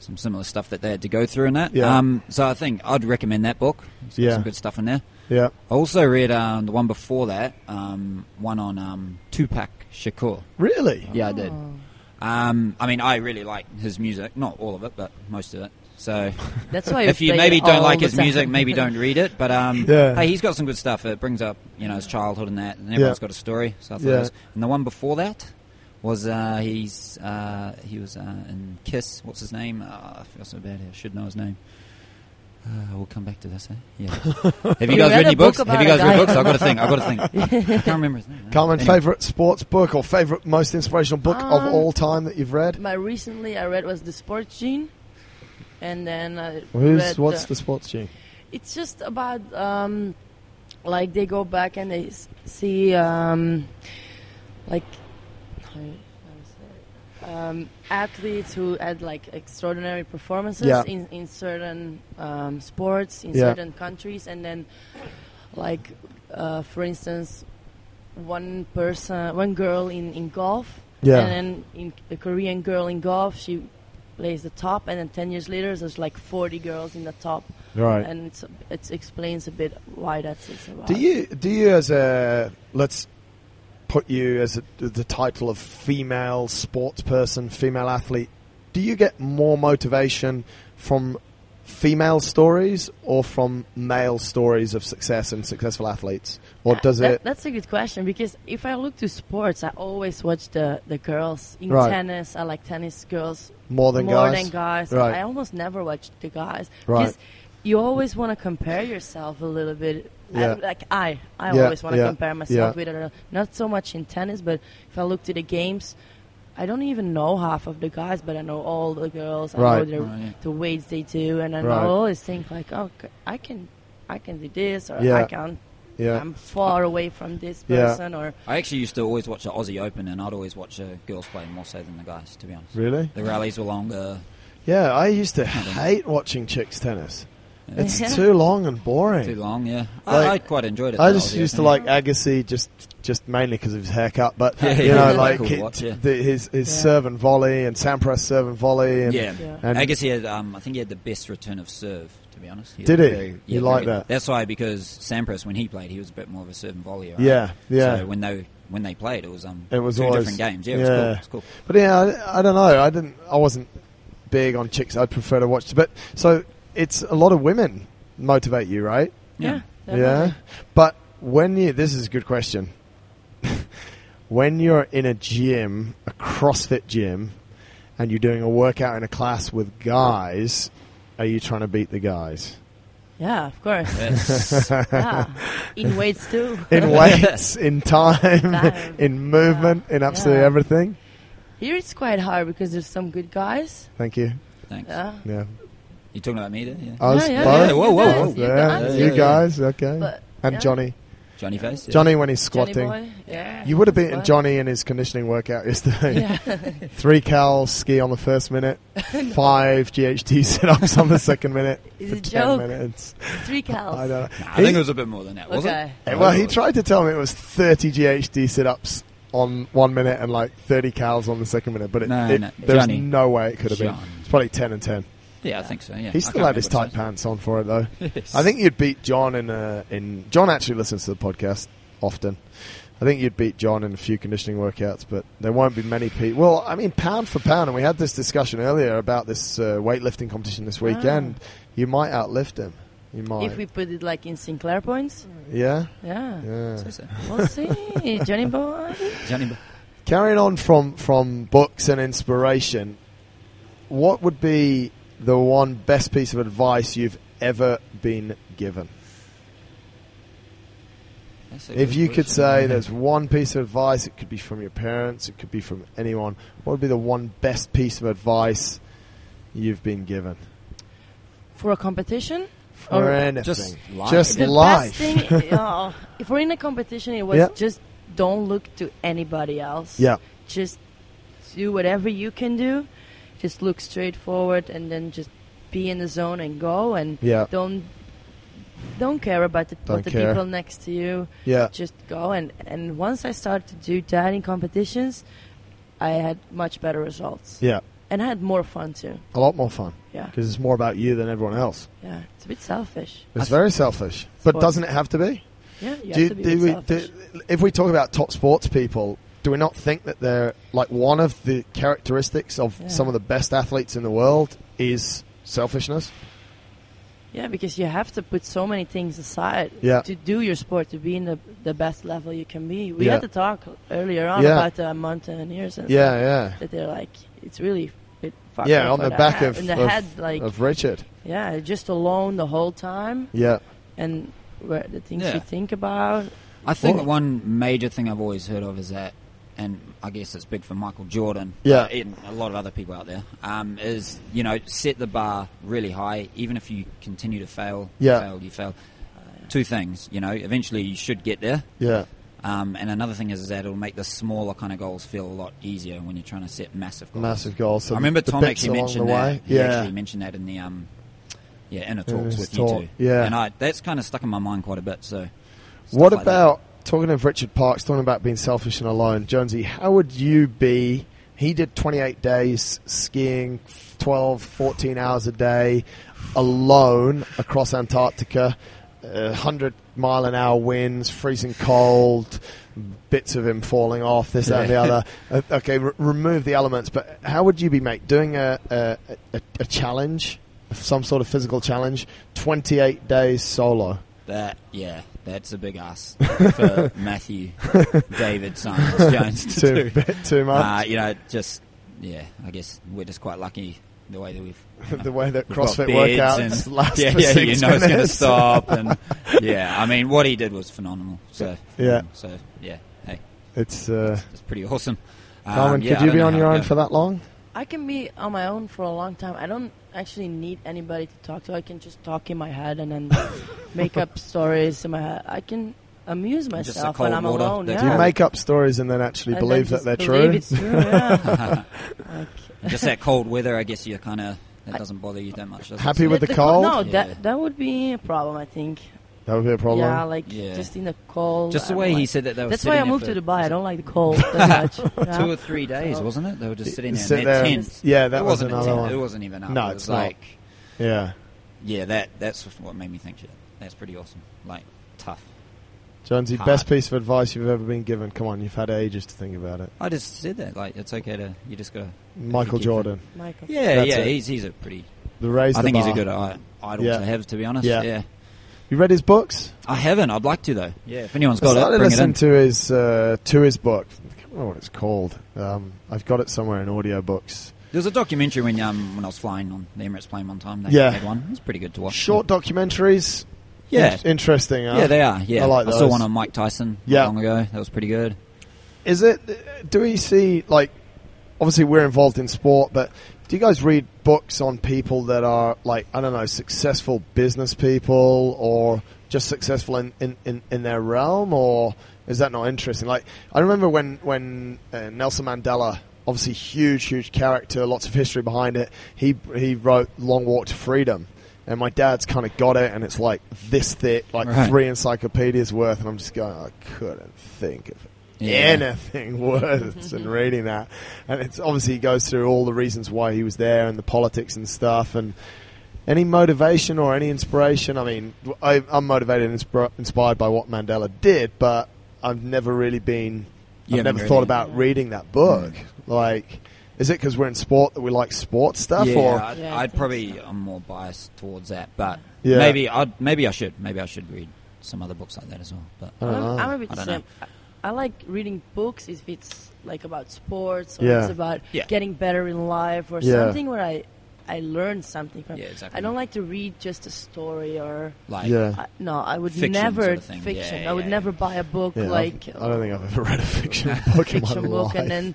some similar stuff that they had to go through in that. Yeah. Um, so I think I'd recommend that book. It's got Yeah. some good stuff in there. Yeah. I also read um, the one before that, um, one on um, Tupac Shakur. Really? Yeah, I did. Oh. Um, I mean, I really like his music. Not all of it, but most of it. So That's why if we you play maybe it don't all like the his music, time. maybe don't read it. But um, Yeah. hey, he's got some good stuff. It brings up you know his childhood and that, and everyone's got a story. So I thought it Yeah. was, and the one before that was uh, he's Ah, uh, he was uh, in Kiss. What's his name? Uh, I feel so bad. here. I should know his name. Uh, we'll come back to this, eh? Yeah. Have you We guys read read a any book books? Have about you a guys read guy. books? I've got to think. I've got to think. I can't remember his name. Carmen, Anyway. favourite sports book or favourite most inspirational book of Um, all time that you've read? My recently I read was the Sports Gene, and then I Who's, read, what's uh, the sports gene? It's just about um, like they go back and they s- see um, like how, how to say it? um, athletes who had like extraordinary performances Yeah. in, in certain um, sports in Yeah. certain countries, and then like uh, for instance, one person, one girl in in golf, Yeah. and then in a Korean girl in golf, she plays the top, and then ten years later, there's like forty girls in the top Right. and it's, it explains a bit why that's it's about. Do you do you as a let's put you as a, the title of female sports person, female athlete? Do you get more motivation from female stories or from male stories of success and successful athletes, or That- does that- it? That's a good question because if I look to sports, I always watch the the girls in Right. tennis. I like tennis girls More than more guys? than guys. Right. I almost never watch the guys Right. because you always want to compare yourself a little bit. Yeah. I, like I, I Yeah, always want to yeah, compare yeah. myself with other. Not so much in tennis, but if I look to the games. I don't even know half of the guys, but I know all the girls. I know Right. their, Oh, yeah. the weights they do, and I know Right. I always think like, oh, c- I can, I can do this, or Yeah. I can yeah, I'm far away from this Yeah. person or I actually used to always watch the Aussie Open, and I'd always watch the girls play more so than the guys, to be honest. really. The rallies were longer. Yeah, I used to hate watching chicks tennis. Yeah. It's Yeah. too long and boring. Too long, yeah. Like, I, I quite enjoyed it. I the just Aussie used to Open. like Agassi just just mainly because of his haircut, but Yeah, you yeah, know, yeah. like Cool it- watch, yeah. the, his his Yeah. serve and volley and Sampras serve and volley. And Yeah. Yeah. And- I guess he had, um, I think he had the best return of serve, to be honest. Did had he? a very- You like very- that? That's why, because Sampras, when he played, he was a bit more of a serve and volley. Right? yeah, yeah. So when they when they played, it was um It was two always- different games. Yeah, yeah. it was cool. It was cool. but yeah, I, I don't know. I didn't. I wasn't big on chicks. I'd prefer to watch. But so it's a lot of women motivate you, right? Yeah. Yeah. But when you, this is a good question. when you're in a gym, a CrossFit gym, and you're doing a workout in a class with guys, are you trying to beat the guys? Yeah, of course. That's- yeah. In weights too. In weights, in time, Time. in movement, in absolutely Yeah. everything? Here it's quite hard because there's some good guys. Thank you. thanks. Yeah. Yeah. You talking about me there? Yeah. I was yeah, both. yeah, whoa, whoa, whoa. you Yeah, guys, you yeah. guys, okay. But and yeah. Johnny. Johnny face. Yeah. Johnny when he's Johnny squatting. boy. Yeah. You would have beaten Squat. Johnny in his conditioning workout yesterday. Yeah. Three cal ski on the first minute, five GHD sit ups on the second minute It's for a ten joke. minutes. Three cows. I don't know. Nah, I He- think it was a bit more than that, wasn't Okay. it? well, he tried to tell me it was thirty GHD sit ups on one minute and like thirty cows on the second minute, but it, No, it- no, there's Johnny. no way it could have been. Johnny. It's probably ten and ten. Yeah, I think so. Yeah. He still had his tight type pan. pants on for it though. I think you'd beat John in a, in John actually listens to the podcast often. I think you'd beat John in a few conditioning workouts, but there won't be many people. Well, I mean, pound for pound, and we had this discussion earlier about this uh, weightlifting competition this weekend. You might outlift him. You might. Ah. If we Ah, put it like in Sinclair points. yeah. Yeah. Yeah. So, so. We'll see. Johnny boy. Johnny. B- Carrying on from from books and inspiration, what would be the one best piece of advice you've ever been given? That's a If good you could question. say there's one piece of advice, it could be from your parents, it could be from anyone. What would be the one best piece of advice you've been given For a competition? for Or anything? just life. Just Oh, the life. best thing, uh, if we're in a competition, it was Yeah. just don't look to anybody else. yeah, Just do whatever you can do. Just look straight forward and then just be in the zone and go and yeah, don't don't care about the, Don't what the care. people next to you. yeah, Just go and and once I started to do that in competitions, I had much better results yeah. and I had more fun too. A lot more fun Yeah, because it's more about you than everyone else. yeah. It's a bit selfish. It's very selfish, but doesn't it have to be? Yeah, you Do- have to be a do bit we- selfish. do- if we talk about top sports people, do we not think that they're like one of the characteristics of Yeah. some of the best athletes in the world is selfishness? Yeah, because you have to put so many things aside Yeah. to do your sport to be in the, the best level you can be. We Yeah. had to talk earlier on Yeah. about the mountaineers and Yeah, yeah, stuff, that they're like it's really a bit fucked Yeah, up on for the back head- of- in the of- head like of Richard. yeah, just alone the whole time Yeah. and where the things Yeah. you think about. I think Well- one major thing I've always heard of is that, and I guess it's big for Michael Jordan, Yeah. uh, and a lot of other people out there, um, is you know set the bar really high, even if you continue to fail, you Yeah. fail, you fail. Two things, you know, eventually you should get there. Yeah. Um, and another thing is, is that it'll make the smaller kind of goals feel a lot easier when you're trying to set massive goals. Massive goal. So I remember the Tom bits actually along mentioned the that. way. He yeah. actually mentioned that in the um, yeah, inner talks his with talk, you two. yeah. and I that's kind of stuck in my mind quite a bit. So, stuff What like that. about talking of Richard Parks, talking about being selfish and alone, Jonesy? How would you be? He did 28 days skiing, 12, 14 hours a day, alone across Antarctica, uh, 100 mile an hour winds, freezing cold, bits of him falling off, this, that, and the other. Uh, Okay, r- remove the elements, but how would you be, mate, doing a, a, a, a challenge, some sort of physical challenge, 28 days solo? That yeah, that's a big ass for Matthew David Simons Jones to Too, do. too much. Uh, you know, just yeah, I guess we're just quite lucky the way that we've you know, the way that we've got CrossFit beds workouts and, last yeah, for yeah, six you know it's going to minutes. stop, and yeah, I mean what he did was phenomenal. So Yeah. so yeah, hey, It's uh, it's pretty awesome. Um, Carmen. yeah, I could you don't be know on how your I'd own go. for that long? I can be on my own for a long time. I don't actually need anybody to talk to. I can just talk in my head and then make up stories in my head. I can amuse Just the myself cold when I'm water alone. that Yeah. Do you Yeah. make up stories and then actually And then believe that just they're believe true? It's true. Yeah. Just that cold weather, I guess you're kind of that I- doesn't bother you that much. Does it? Happy with the co- cold? No, Yeah. that that would be a problem. I think. That would be a problem. Yeah, like Yeah. just in the cold. Just the I'm way he like- said that they were That's why I sitting there moved to for- Dubai. I don't like the cold that much. Yeah. two or three days, wasn't it? They were just sitting there Sit in their there. tents. Yeah, that it was wasn't a another tent. one. It wasn't even up. No, it was it's not. like yeah. yeah, that that's what made me think shit. That's pretty awesome. Like tough. Jonesy, Hard. best piece of advice you've ever been given. Come on, you've had ages to think about it. I just said that. Like it's okay to you just gotta. Michael if you give Jordan, Michael. it- Yeah, That's yeah, it. he's he's a pretty. the raise. I the think he's a bar. good I idol Yeah. to have, to be honest. Yeah. Yeah. You read his books? I haven't. I'd like to though. Yeah, if anyone's I got started it, bring it listening in. to his uh, to his book. I can't remember what it's called. Um, I've got it somewhere in audiobooks. There was a documentary when um when I was flying on the Emirates plane one time. They Yeah. had one. It was pretty good to watch. Short documentaries. Yeah. In- interesting. huh? Yeah, they are. Yeah, I like saw those. one on Mike Tyson not Yeah. long ago. That was pretty good. Is it? Do we see like? Obviously, we're involved in sport, but do you guys read books on people that are like I don't know, successful business people or just successful in in, in, in their realm, or is that not interesting? Like I remember when when uh, Nelson Mandela. Obviously, huge, huge character, lots of history behind it. He he wrote "Long Walk to Freedom," and my dad's kind of got it, and it's like this thick, like Right. three encyclopedias worth. And I'm just going, I couldn't think of Yeah. anything worse than reading that. And it's obviously he goes through all the reasons why he was there and the politics and stuff. And any motivation or any inspiration? I mean, I, I'm motivated and inspir- inspired by what Mandela did, but I've never really been. You I've haven't never read thought it. Mm. about reading that book. Like, is it because we're in sport that we like sports stuff? yeah, or I'd, Yeah, I I'd think probably I'm more biased towards that, but Yeah. maybe I'd maybe I should maybe I should read some other books like that as well. But I don't I'm, know. I'm a bit I don't sim- I, I like reading books if it's like about sports or Yeah. it's about Yeah. getting better in life or Yeah. something where I I learn something from. Yeah, exactly. I don't like to read just a story or like yeah. I, no. I would Fiction never sort of thing. fiction. Yeah, I would yeah, never yeah. buy a book Yeah, I've- like I don't think I've ever read a fiction book in fiction my book life. and then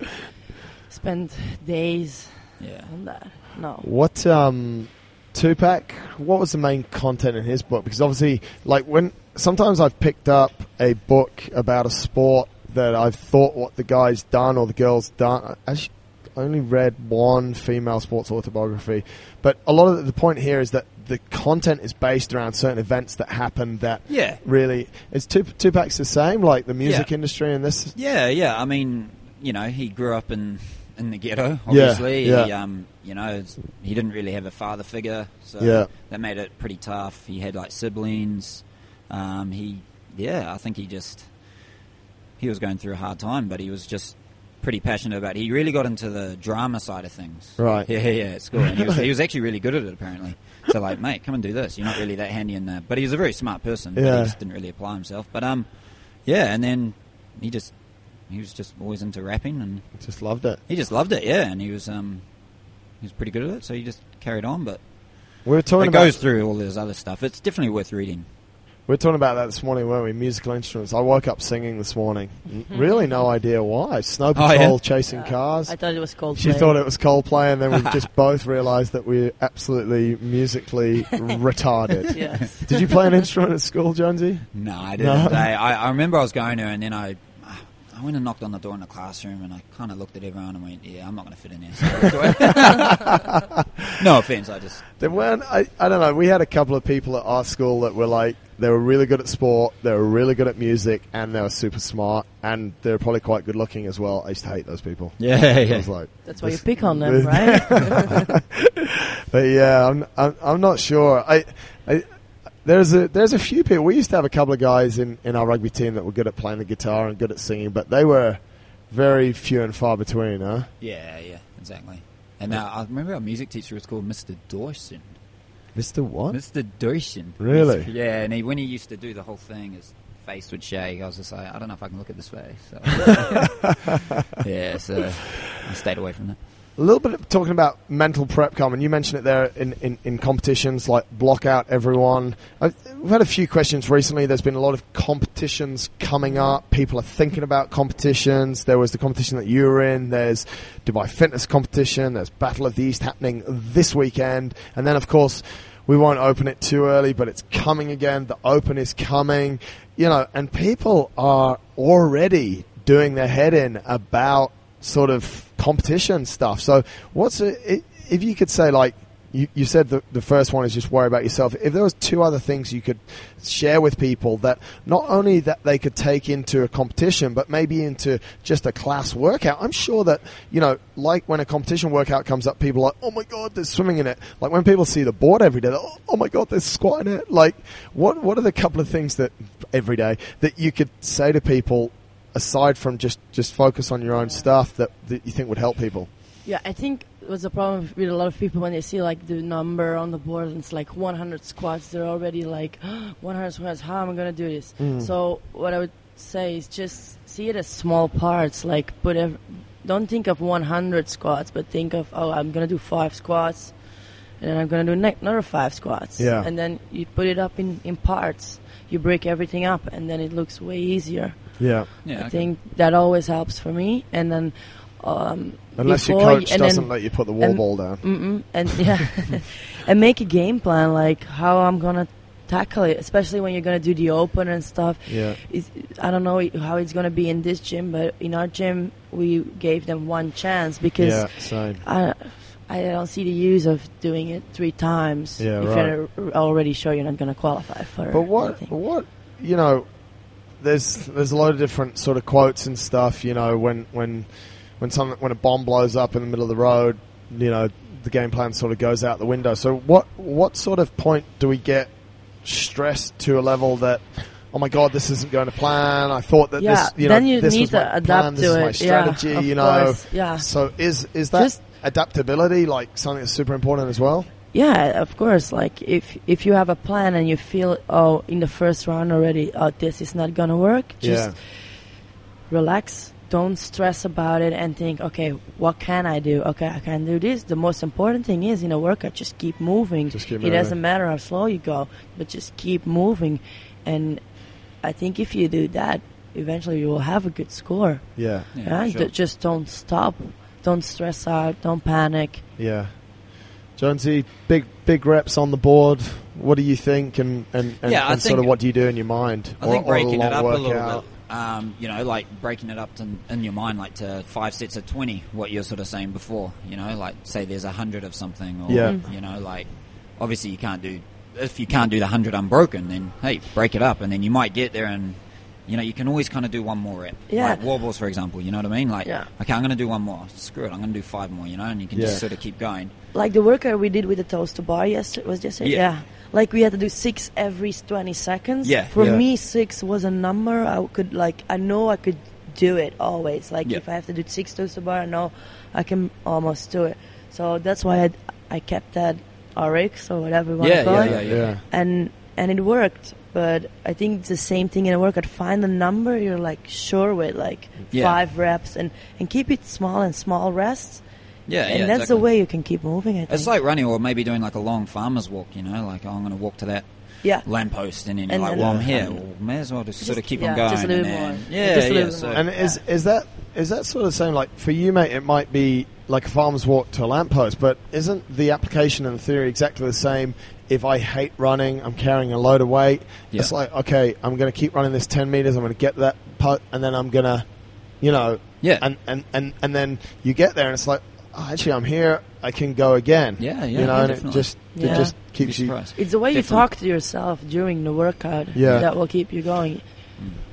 spend days yeah. on that. No. What um Tupac, what was the main content in his book? Because obviously like when sometimes I've picked up a book about a sport that I've thought what the guy's done or the girl's done. I actually only read one female sports autobiography, but a lot of the, the point here is that the content is based around certain events that happened that Yeah. really is Tup- Tupac's the same like the music Yeah. industry and this Yeah, yeah. I mean, you know, he grew up in in the ghetto. Obviously, yeah. He, um, you know, it's- he didn't really have a father figure, so Yeah. that made it pretty tough. He had like siblings. Um, he, yeah, I think he just he was going through a hard time, but he was just pretty passionate about. It. He really got into the drama side of things. Right. Yeah, yeah, yeah, at school. And he, was, he was actually really good at it, apparently. So, like, mate, come and do this. You're not really that handy in there. But he was a very smart person. But Yeah. he just didn't really apply himself. But, um, yeah, and then he just, he was just always into rapping and just loved it. he just loved it, yeah. And he was, um, he was pretty good at it. So he just carried on. But We're talking it about goes through all this other stuff. It's definitely worth reading. we were talking about that this morning, weren't we? Musical instruments. I woke up singing this morning. N- really, no idea why. Snow Oh, yeah? Patrol, chasing Mm-hmm. Yeah. cars. Uh, I thought it was called. She thought it was Coldplay, and then we just both realised that we're absolutely musically retarded. Yes. Did you play an instrument at school, Jonesy? No, I didn't. No. I, I, I remember I was going there, and then I, I went and knocked on the door in the classroom, and I kind of looked at everyone and went, "Yeah, I'm not going to fit in here." no offense, I just There weren't. I, I don't know. We had a couple of people at our school that were like they were really good at sport, they were really good at music, and they were super smart, and they were probably quite good looking as well. I used to hate those people. yeah, I was like, That's why you this- pick on them, this- right? but yeah, I'm, I'm I'm not sure. I, I there's a there's a few people. We used to have a couple of guys in, in our rugby team that were good at playing the guitar and good at singing, but they were very few and far between. Huh? yeah, yeah, exactly. And now I remember our music teacher was called Mr. Dawson. Mister what? Mr. Dawson. Really? Yeah, and he, when he used to do the whole thing, his face would shake. I was just like, I don't know if I can look at this face. So, yeah, so I stayed away from that. A little bit of talking about mental prep, Carmen. You mentioned it there in, in, in competitions, like block out everyone. i we've had a few questions recently. There's been a lot of competitions coming up. People are thinking about competitions. There was the competition that you were in. There's Dubai Fitness competition. There's Battle of the East happening this weekend. And then, of course, we won't open it too early, but it's coming again. The Open is coming, you know, and people are already doing their head in about sort of competition stuff. So, what's a, i- if you could say like you, you said the, the first one is just worry about yourself. If there was two other things you could share with people that not only that they could take into a competition, but maybe into just a class workout. I'm sure that you know, like when a competition workout comes up, people are like, "Oh my god, there's swimming in it." Like when people see the board every day, they're, "Oh, oh my god, there's squat in it." Like, what what are the couple of things that every day that you could say to people aside from just just focus on your own stuff that, that you think would help people? yeah, I think what's the problem with a lot of people when they see like the number on the board and it's like 100 squats, they're already like 100 squats. How am I gonna do this? Mm. So what I would say is just see it as small parts. Like put, ev- don't think of 100 squats, but think of oh, I'm gonna do five squats, and then I'm gonna do ne- another five squats. Yeah. And then you put it up in in parts. You break everything up, and then it looks way easier. Yeah. Yeah, I okay. think that always helps for me. And then, um, Unless your before coach you- and doesn't then, let you put the wall and- ball down. Mm-mm, and yeah, and make a game plan like how I'm gonna tackle it, especially when you're gonna do the open and stuff. Yeah. It's, I don't know how it's gonna be in this gym, but in our gym we gave them one chance because Yeah, same. I. I don't see the use of doing it three times Yeah, if right. you're already sure you're not going to qualify for. But what anything. what you know there's there's a lot of different sort of quotes and stuff, you know, when when when some when a bomb blows up in the middle of the road, you know, the game plan sort of goes out the window. So what what sort of point do we get stressed to a level that oh my god, this isn't going to plan. I thought that Yeah, this you know then you this need was my to adapt plan, this to is my it. Yeah, strategy, of you know. course, yeah. So is is that Just- adaptability like something that's super important as well? Yeah, of course. Like if if you have a plan and you feel oh in the first round already oh this is not gonna work, just relax. Don't stress about it and think okay what can I do? Okay, I can do this. The most important thing is in a workout just keep moving. Just keep it moving. doesn't matter how slow you go, but just keep moving. And I think if you do that, eventually you will have a good score. Yeah. Yeah. Yeah, sure. D- just don't stop. Don't stress out. Don't panic. Yeah. Jonesy, big big reps on the board. What do you think, and and, and, Yeah, I and sort of think- what do you do in your mind, I think breaking long it up a little workout? bit, um, you know, like breaking it up to, in your mind, like to five sets of 20, what you're sort of saying before, you know, like say there's a hundred of something, or, Yeah. you know, like obviously you can't do, if you can't do the hundred unbroken, then hey, break it up, and then you might get there and, you know, you can always kind of do one more rep. Yeah. Like wobbles, for example, you know what I mean? Like, Yeah. okay, I'm going to do one more. Screw it, I'm going to do five more, you know, and you can Yeah. just sort of keep going. like the workout we did with the toaster bar yesterday was yesterday. Yeah. Yeah. Like we had to do six every twenty seconds. Yeah. For Yeah. me, six was a number I could like. I know I could do it always. Like Yeah. if I have to do six toaster bar, I know I can almost do it. So that's why I I kept that RX or whatever you want Yeah, to call yeah, it. yeah, Yeah. And and it worked. But I think it's the same thing in a workout. Find a number you're like sure with, like Yeah. five reps, and and keep it small and small rests. Yeah, and yeah, that's exactly. the way you can keep moving. I think. It's like running or maybe doing like a long farmer's walk, you know, like, oh, I'm going to walk to that yeah, lamppost and then And like, then- well, I'm here. Yeah. Well, may as well just, um, Just- sort of keep yeah, on going. just a little and then- more. Yeah, Just a yeah. little so, more. And is is that is that sort of saying like for you, mate? It might be like a farmer's walk to a lamppost, but isn't the application and the theory exactly the same? If I hate running, I'm carrying a load of weight. Yeah. It's like okay, I'm going to keep running this ten meters. I'm going to get that putt, and then I'm going to, you know, Yeah. and and and and then you get there, and it's like oh, actually, I'm here. I can go again. Yeah, yeah, you know, yeah, and definitely. it just Yeah. it just You'd be keeps you. surprised. It's the way you Different. talk to yourself during the workout Yeah. that will keep you going. Mm.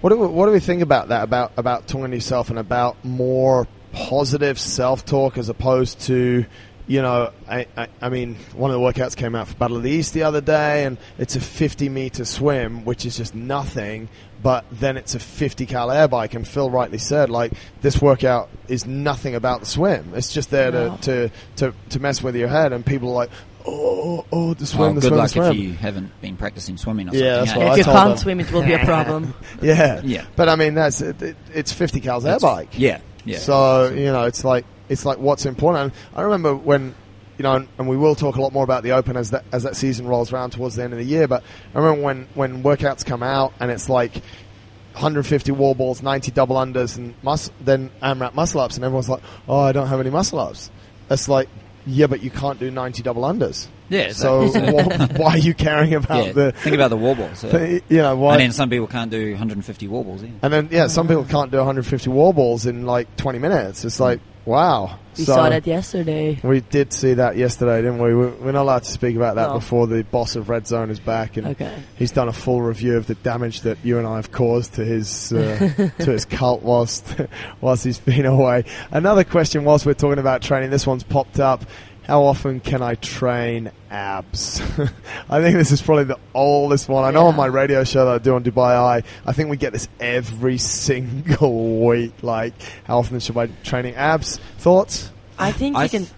What do, we, what do we think about that? About about talking to yourself and about more positive self talk as opposed to, you know, I, I, I mean, one of the workouts came out for Battle of the East the other day, and it's a 50 meter swim, which is just nothing, but then it's a 50 cal air bike. And Phil rightly said, like, this workout is nothing about the swim. It's just there No. to, to, to, to mess with your head, and people are like, oh, oh, oh the swim, well, the good swim, the luck swim. if you haven't been practicing swimming or Yeah, something. that's eh? what Well, I if you told can't them. swim, it will be a problem. Yeah, Yeah. But I mean, that's it, it, it's 50 cals air bike. Yeah, yeah. So you know, it's like it's like what's important. And I remember when you know, and, and we will talk a lot more about the Open as that as that season rolls around towards the end of the year. But I remember when when workouts come out and it's like 150 wall balls, 90 double unders, and mus- then AMRAP muscle ups, and everyone's like, "Oh, I don't have any muscle ups." It's like, yeah, but you can't do 90 double unders. Yeah, So exactly. wh- why are you caring about yeah, the? think about the wall balls. yeah. the- you know, why? and then some people can't do 150 wall balls either. And then, yeah, some people can't do 150 wall balls in like 20 minutes. It's like, wow. We So- saw that yesterday. We did see that yesterday, didn't we? We- We're not allowed to speak about that No. before the boss of Red Zone is back, and Okay. he's done a full review of the damage that you and I have caused to his uh, to his cult whilst whilst he's been away. Another question, whilst we're talking about training, this one's popped up. How often can I train abs? I think this is probably the oldest one. I know on Yeah. my radio show that I do on Dubai Eye, I think we get this every single week. Like, how often should I be training abs? Thoughts? I think I you can. th-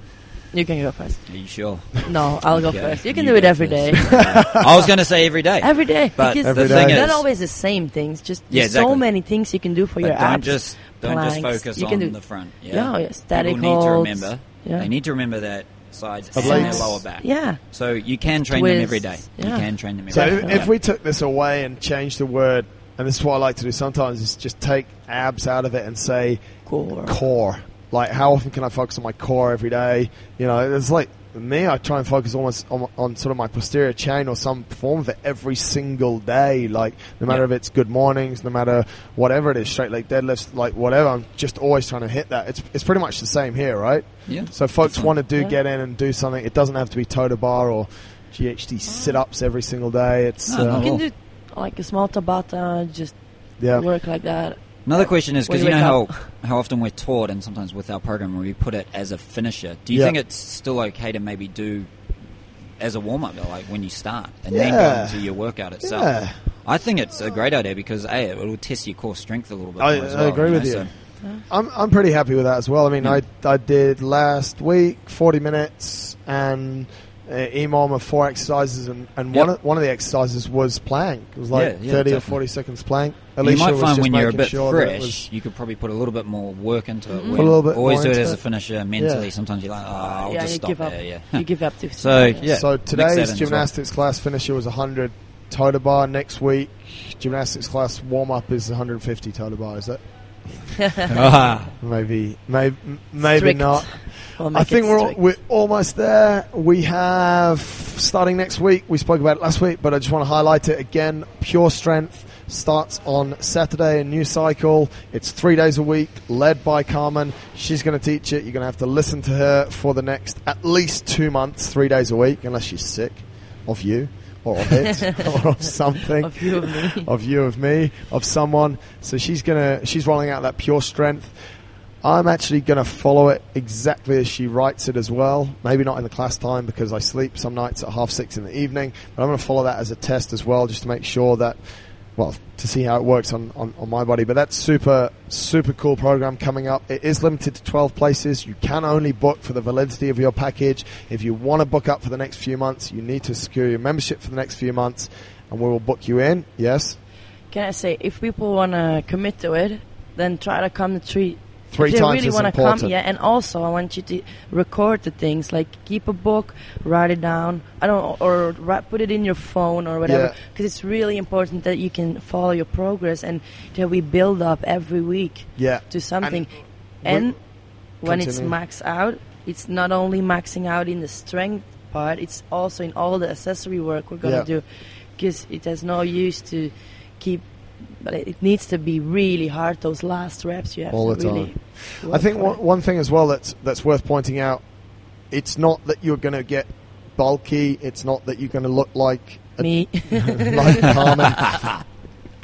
You can go first. Are you sure? No, I'll go Yeah, first. You can you do it go every day. first. I was going to say every day. every day. But because Every the day. thing Not is, always the same things. Just Yeah, there's so exactly. many things you can do for But your don't abs. just don't just planks. focus You on can do- the front. yeah, Yeah, yeah, static People need to holds. remember. Yeah. They need to remember that sides Obliques. and their lower back. Yeah. So you can train them every day. Twists. You Yeah. can train them every So day. if, if we took this away and changed the word, and this is what I like to do sometimes, is just take abs out of it and say Core. core. Like how often can I focus on my core every day? You know, it's like me. I try and focus almost on, on sort of my posterior chain or some form of it every single day. Like no matter Yeah. if it's good mornings, no matter whatever it is, straight leg deadlifts, like whatever. I'm just always trying to hit that. It's it's pretty much the same here, right? Yeah. So folks Definitely. want to do Yeah. get in and do something. It doesn't have to be toe to bar or GHD sit ups every single day. It's No, uh, no. Oh. You can Oh. do like a small Tabata, just yeah. work like that. Another question is because you When you know wake how, how often we're taught, and sometimes with our program, we put it as a finisher. Do you Yeah. think it's still okay to maybe do as a warm up, like when you start, and then Yeah. go into your workout itself? Yeah. I think it's a great idea because a it will test your core strength a little bit. I, more as I well, agree with you. know, so- I'm, I'm pretty happy with that as well. I mean, Yeah. I, I did last week 40 minutes and uh, EMOM of four exercises, and, and one, Yep. of, one of the exercises was plank. It was like Yeah, 30 yeah, or definitely. 40 seconds plank. you Alicia might was find just when you're a making bit sure that it fresh, was- Mm-hmm. you could probably put a little bit more work into it. Mhm. when- A little bit always more do it into as a it. finisher mentally. Yeah. Sometimes you're like, oh, I'll yeah, just you stop give up. there. Yeah. You give up too soon. So, yeah. So mix that in as today's well. gymnastics class finisher was 100 toe to bar. Next week, gymnastics class warm up is 150 toe to bar. Is that Ah. maybe, maybe, maybe Strict. not? We'll I make think it we're, al- strict. we're almost there. We have, starting next week, we spoke about it last week, but I just want to highlight it again. Pure Strength starts on Saturday, a new cycle. It's three days a week, led by Carmen. She's going to teach it. You're going to have to listen to her for the next at least two months, three days a week, unless she's sick of you or of it or of something Of you and me. of you, of me, of someone. So she's gonna she's rolling out that pure strength. I'm actually gonna follow it exactly as she writes it as well. Maybe not in the class time because I sleep some nights at half six in the evening, but I'm gonna follow that as a test as well, just to make sure that well, to see how it works on, on, on my body. But that's super, super cool program coming up. It is limited to 12 places. You can only book for the validity of your package. If you want to book up for the next few months, you need to secure your membership for the next few months and we will book you in. Yes? Can I say, if people want to commit to it, then try to come to three, Three if they times really is want to important. come yeah and also i want you to record the things like keep a book write it down i don't or ri- put it in your phone or whatever Yeah. because it's really important that you can follow your progress and that we build up every week Yeah. to something when- and when it's Continue. maxed out it's not only maxing out in the strength part it's also in all the accessory work we're gonna Yeah. do because it has no use to keep but it it needs to be really hard those last reps you have All to the really time. work I think for one, it. one thing as well that's that's worth pointing out. It's not that you're going to get bulky. It's not that you're going to look like a me like Carmen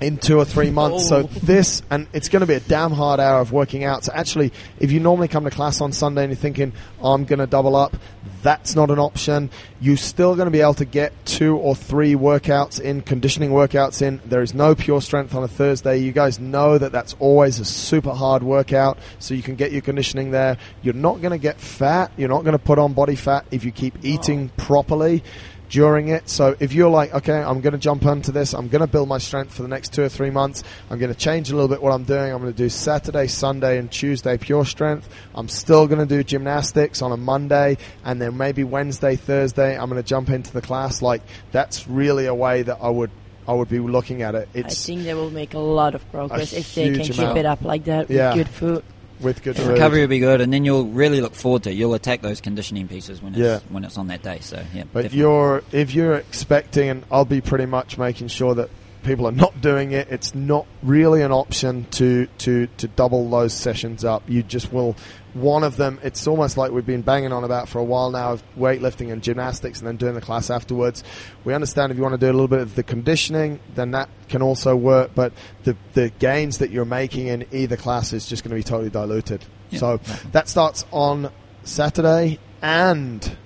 in two or three months. So Oh. this, and it's going to be a damn hard hour of working out. So actually, if you normally come to class on Sunday and you're thinking, I'm going to double up, that's not an option. You're still going to be able to get two or three workouts in, conditioning workouts in. There is no pure strength on a Thursday. You guys know that that's always a super hard workout. So you can get your conditioning there. You're not going to get fat. You're not going to put on body fat if you keep eating properly during it. So if you're like, okay, I'm going to jump onto this, I'm going to build my strength for the next two or three months, I'm going to change a little bit what I'm doing. I'm going to do Saturday, Sunday, and Tuesday pure strength. I'm still going to do gymnastics on a Monday, and then maybe Wednesday, Thursday, I'm going to jump into the class. Like that's really a way that I would I would be looking at it. i It's think they will make a lot of progress A if they can huge keep amount. it up like that Yeah. with good food with good The food. recovery will be good, and then you'll really look forward to. it. You'll attack those conditioning pieces when it's Yeah. when it's on that day. So yeah, But definitely. you're if you're expecting, and I'll be pretty much making sure that people are not doing it. It's not really an option to to to double those sessions up. You just will one of them. It's almost like we've been banging on about for a while now of weightlifting and gymnastics, and then doing the class afterwards. We understand if you want to do a little bit of the conditioning, then that can also work. But the the gains that you're making in either class is just going to be totally diluted. Yeah. So that starts on Saturday and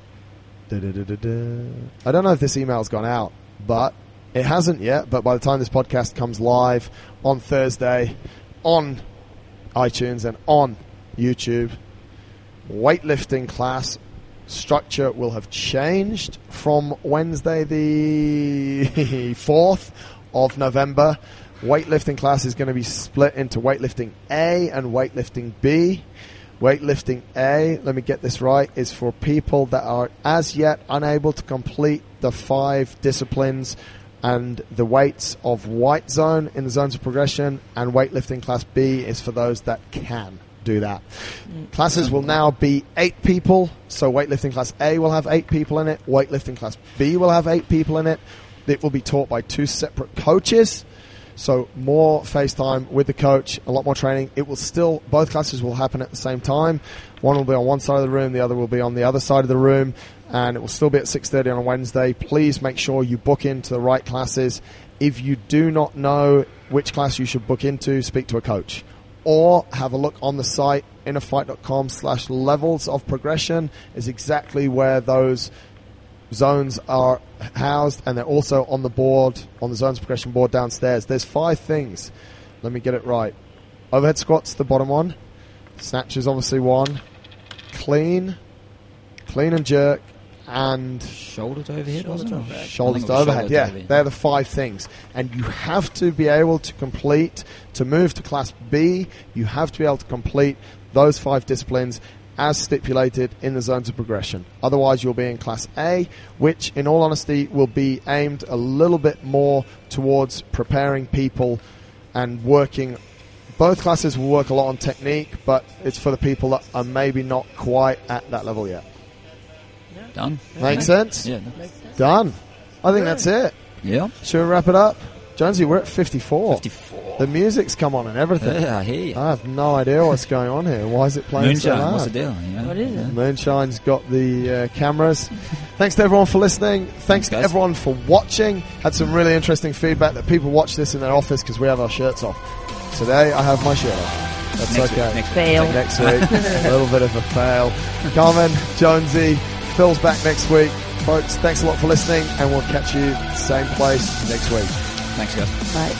Da-da-da-da-da. I don't know if this email's gone out, but it hasn't yet. But by the time this podcast comes live on Thursday on iTunes and on YouTube, weightlifting class structure will have changed from Wednesday, the 4th of November. Weightlifting class is going to be split into weightlifting A and weightlifting B. Weightlifting A, let me get this right, is for people that are as yet unable to complete the five disciplines and the weights of white zone in the zones of progression, and weightlifting class B is for those that can do that. Mm. Classes will now be eight people, so weightlifting class A will have eight people in it, weightlifting class B will have eight people in it. It will be taught by two separate coaches. So more FaceTime with the coach, a lot more training. It will still both classes will happen at the same time. One will be on one side of the room, the other will be on the other side of the room, and it will still be at 6:30 on a Wednesday. Please make sure you book into the right classes. If you do not know which class you should book into, speak to a coach or have a look on the site innerfight.com slash levels of progression is exactly where those zones are housed and they're also on the board on the zones progression board downstairs there's five things let me get it right overhead squats the bottom one snatch is obviously one clean clean and jerk and shoulders overhead, Shoulders wasn't it? overhead. I think shoulders it to was overhead. shoulders Yeah, overhead. they're the five things, and you have to be able to complete to move to class B. You have to be able to complete those five disciplines as stipulated in the zones of progression. Otherwise, you'll be in class A, which, in all honesty, will be aimed a little bit more towards preparing people and working. Both classes will work a lot on technique, but it's for the people that are maybe not quite at that level yet. done. Make sense? Yeah, no. Done. I think that's it. yeah. Should we wrap it up? Jonesy, we're at 54. Fifty-four. The music's come on and everything. yeah, I hear you. I have no idea what's going on here. Why is it playing so Moonshine, loud? what's the deal? you know? What is it? Yeah. Moonshine's got the uh, cameras. Thanks to everyone for listening. Thanks Thanks, to guys. everyone for watching. Had some really interesting feedback that people watch this in their office because we have our shirts off. Today I have my shirt off. That's Next week, okay. next week. fail next week. a little bit of a fail. Carmen, Jonesy, Phil's back next week. Folks, thanks a lot for listening and we'll catch you same place next week. Thanks, guys. Bye.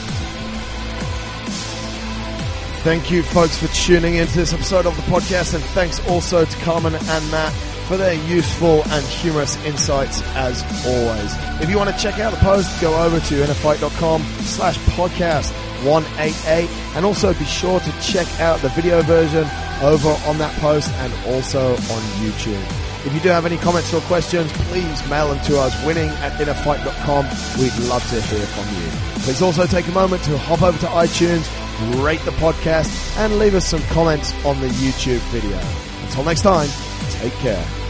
Thank you, folks, for tuning into this episode of the podcast, and thanks also to Carmen and Matt for their useful and humorous insights as always. If you want to check out the post, go over to innerfight.com slash podcast 188 and also be sure to check out the video version over on that post and also on YouTube. If you do have any comments or questions, please mail them to us, winning at innerfight.com. We'd love to hear from you. Please also take a moment to hop over to iTunes, rate the podcast, and leave us some comments on the YouTube video. Until next time, take care.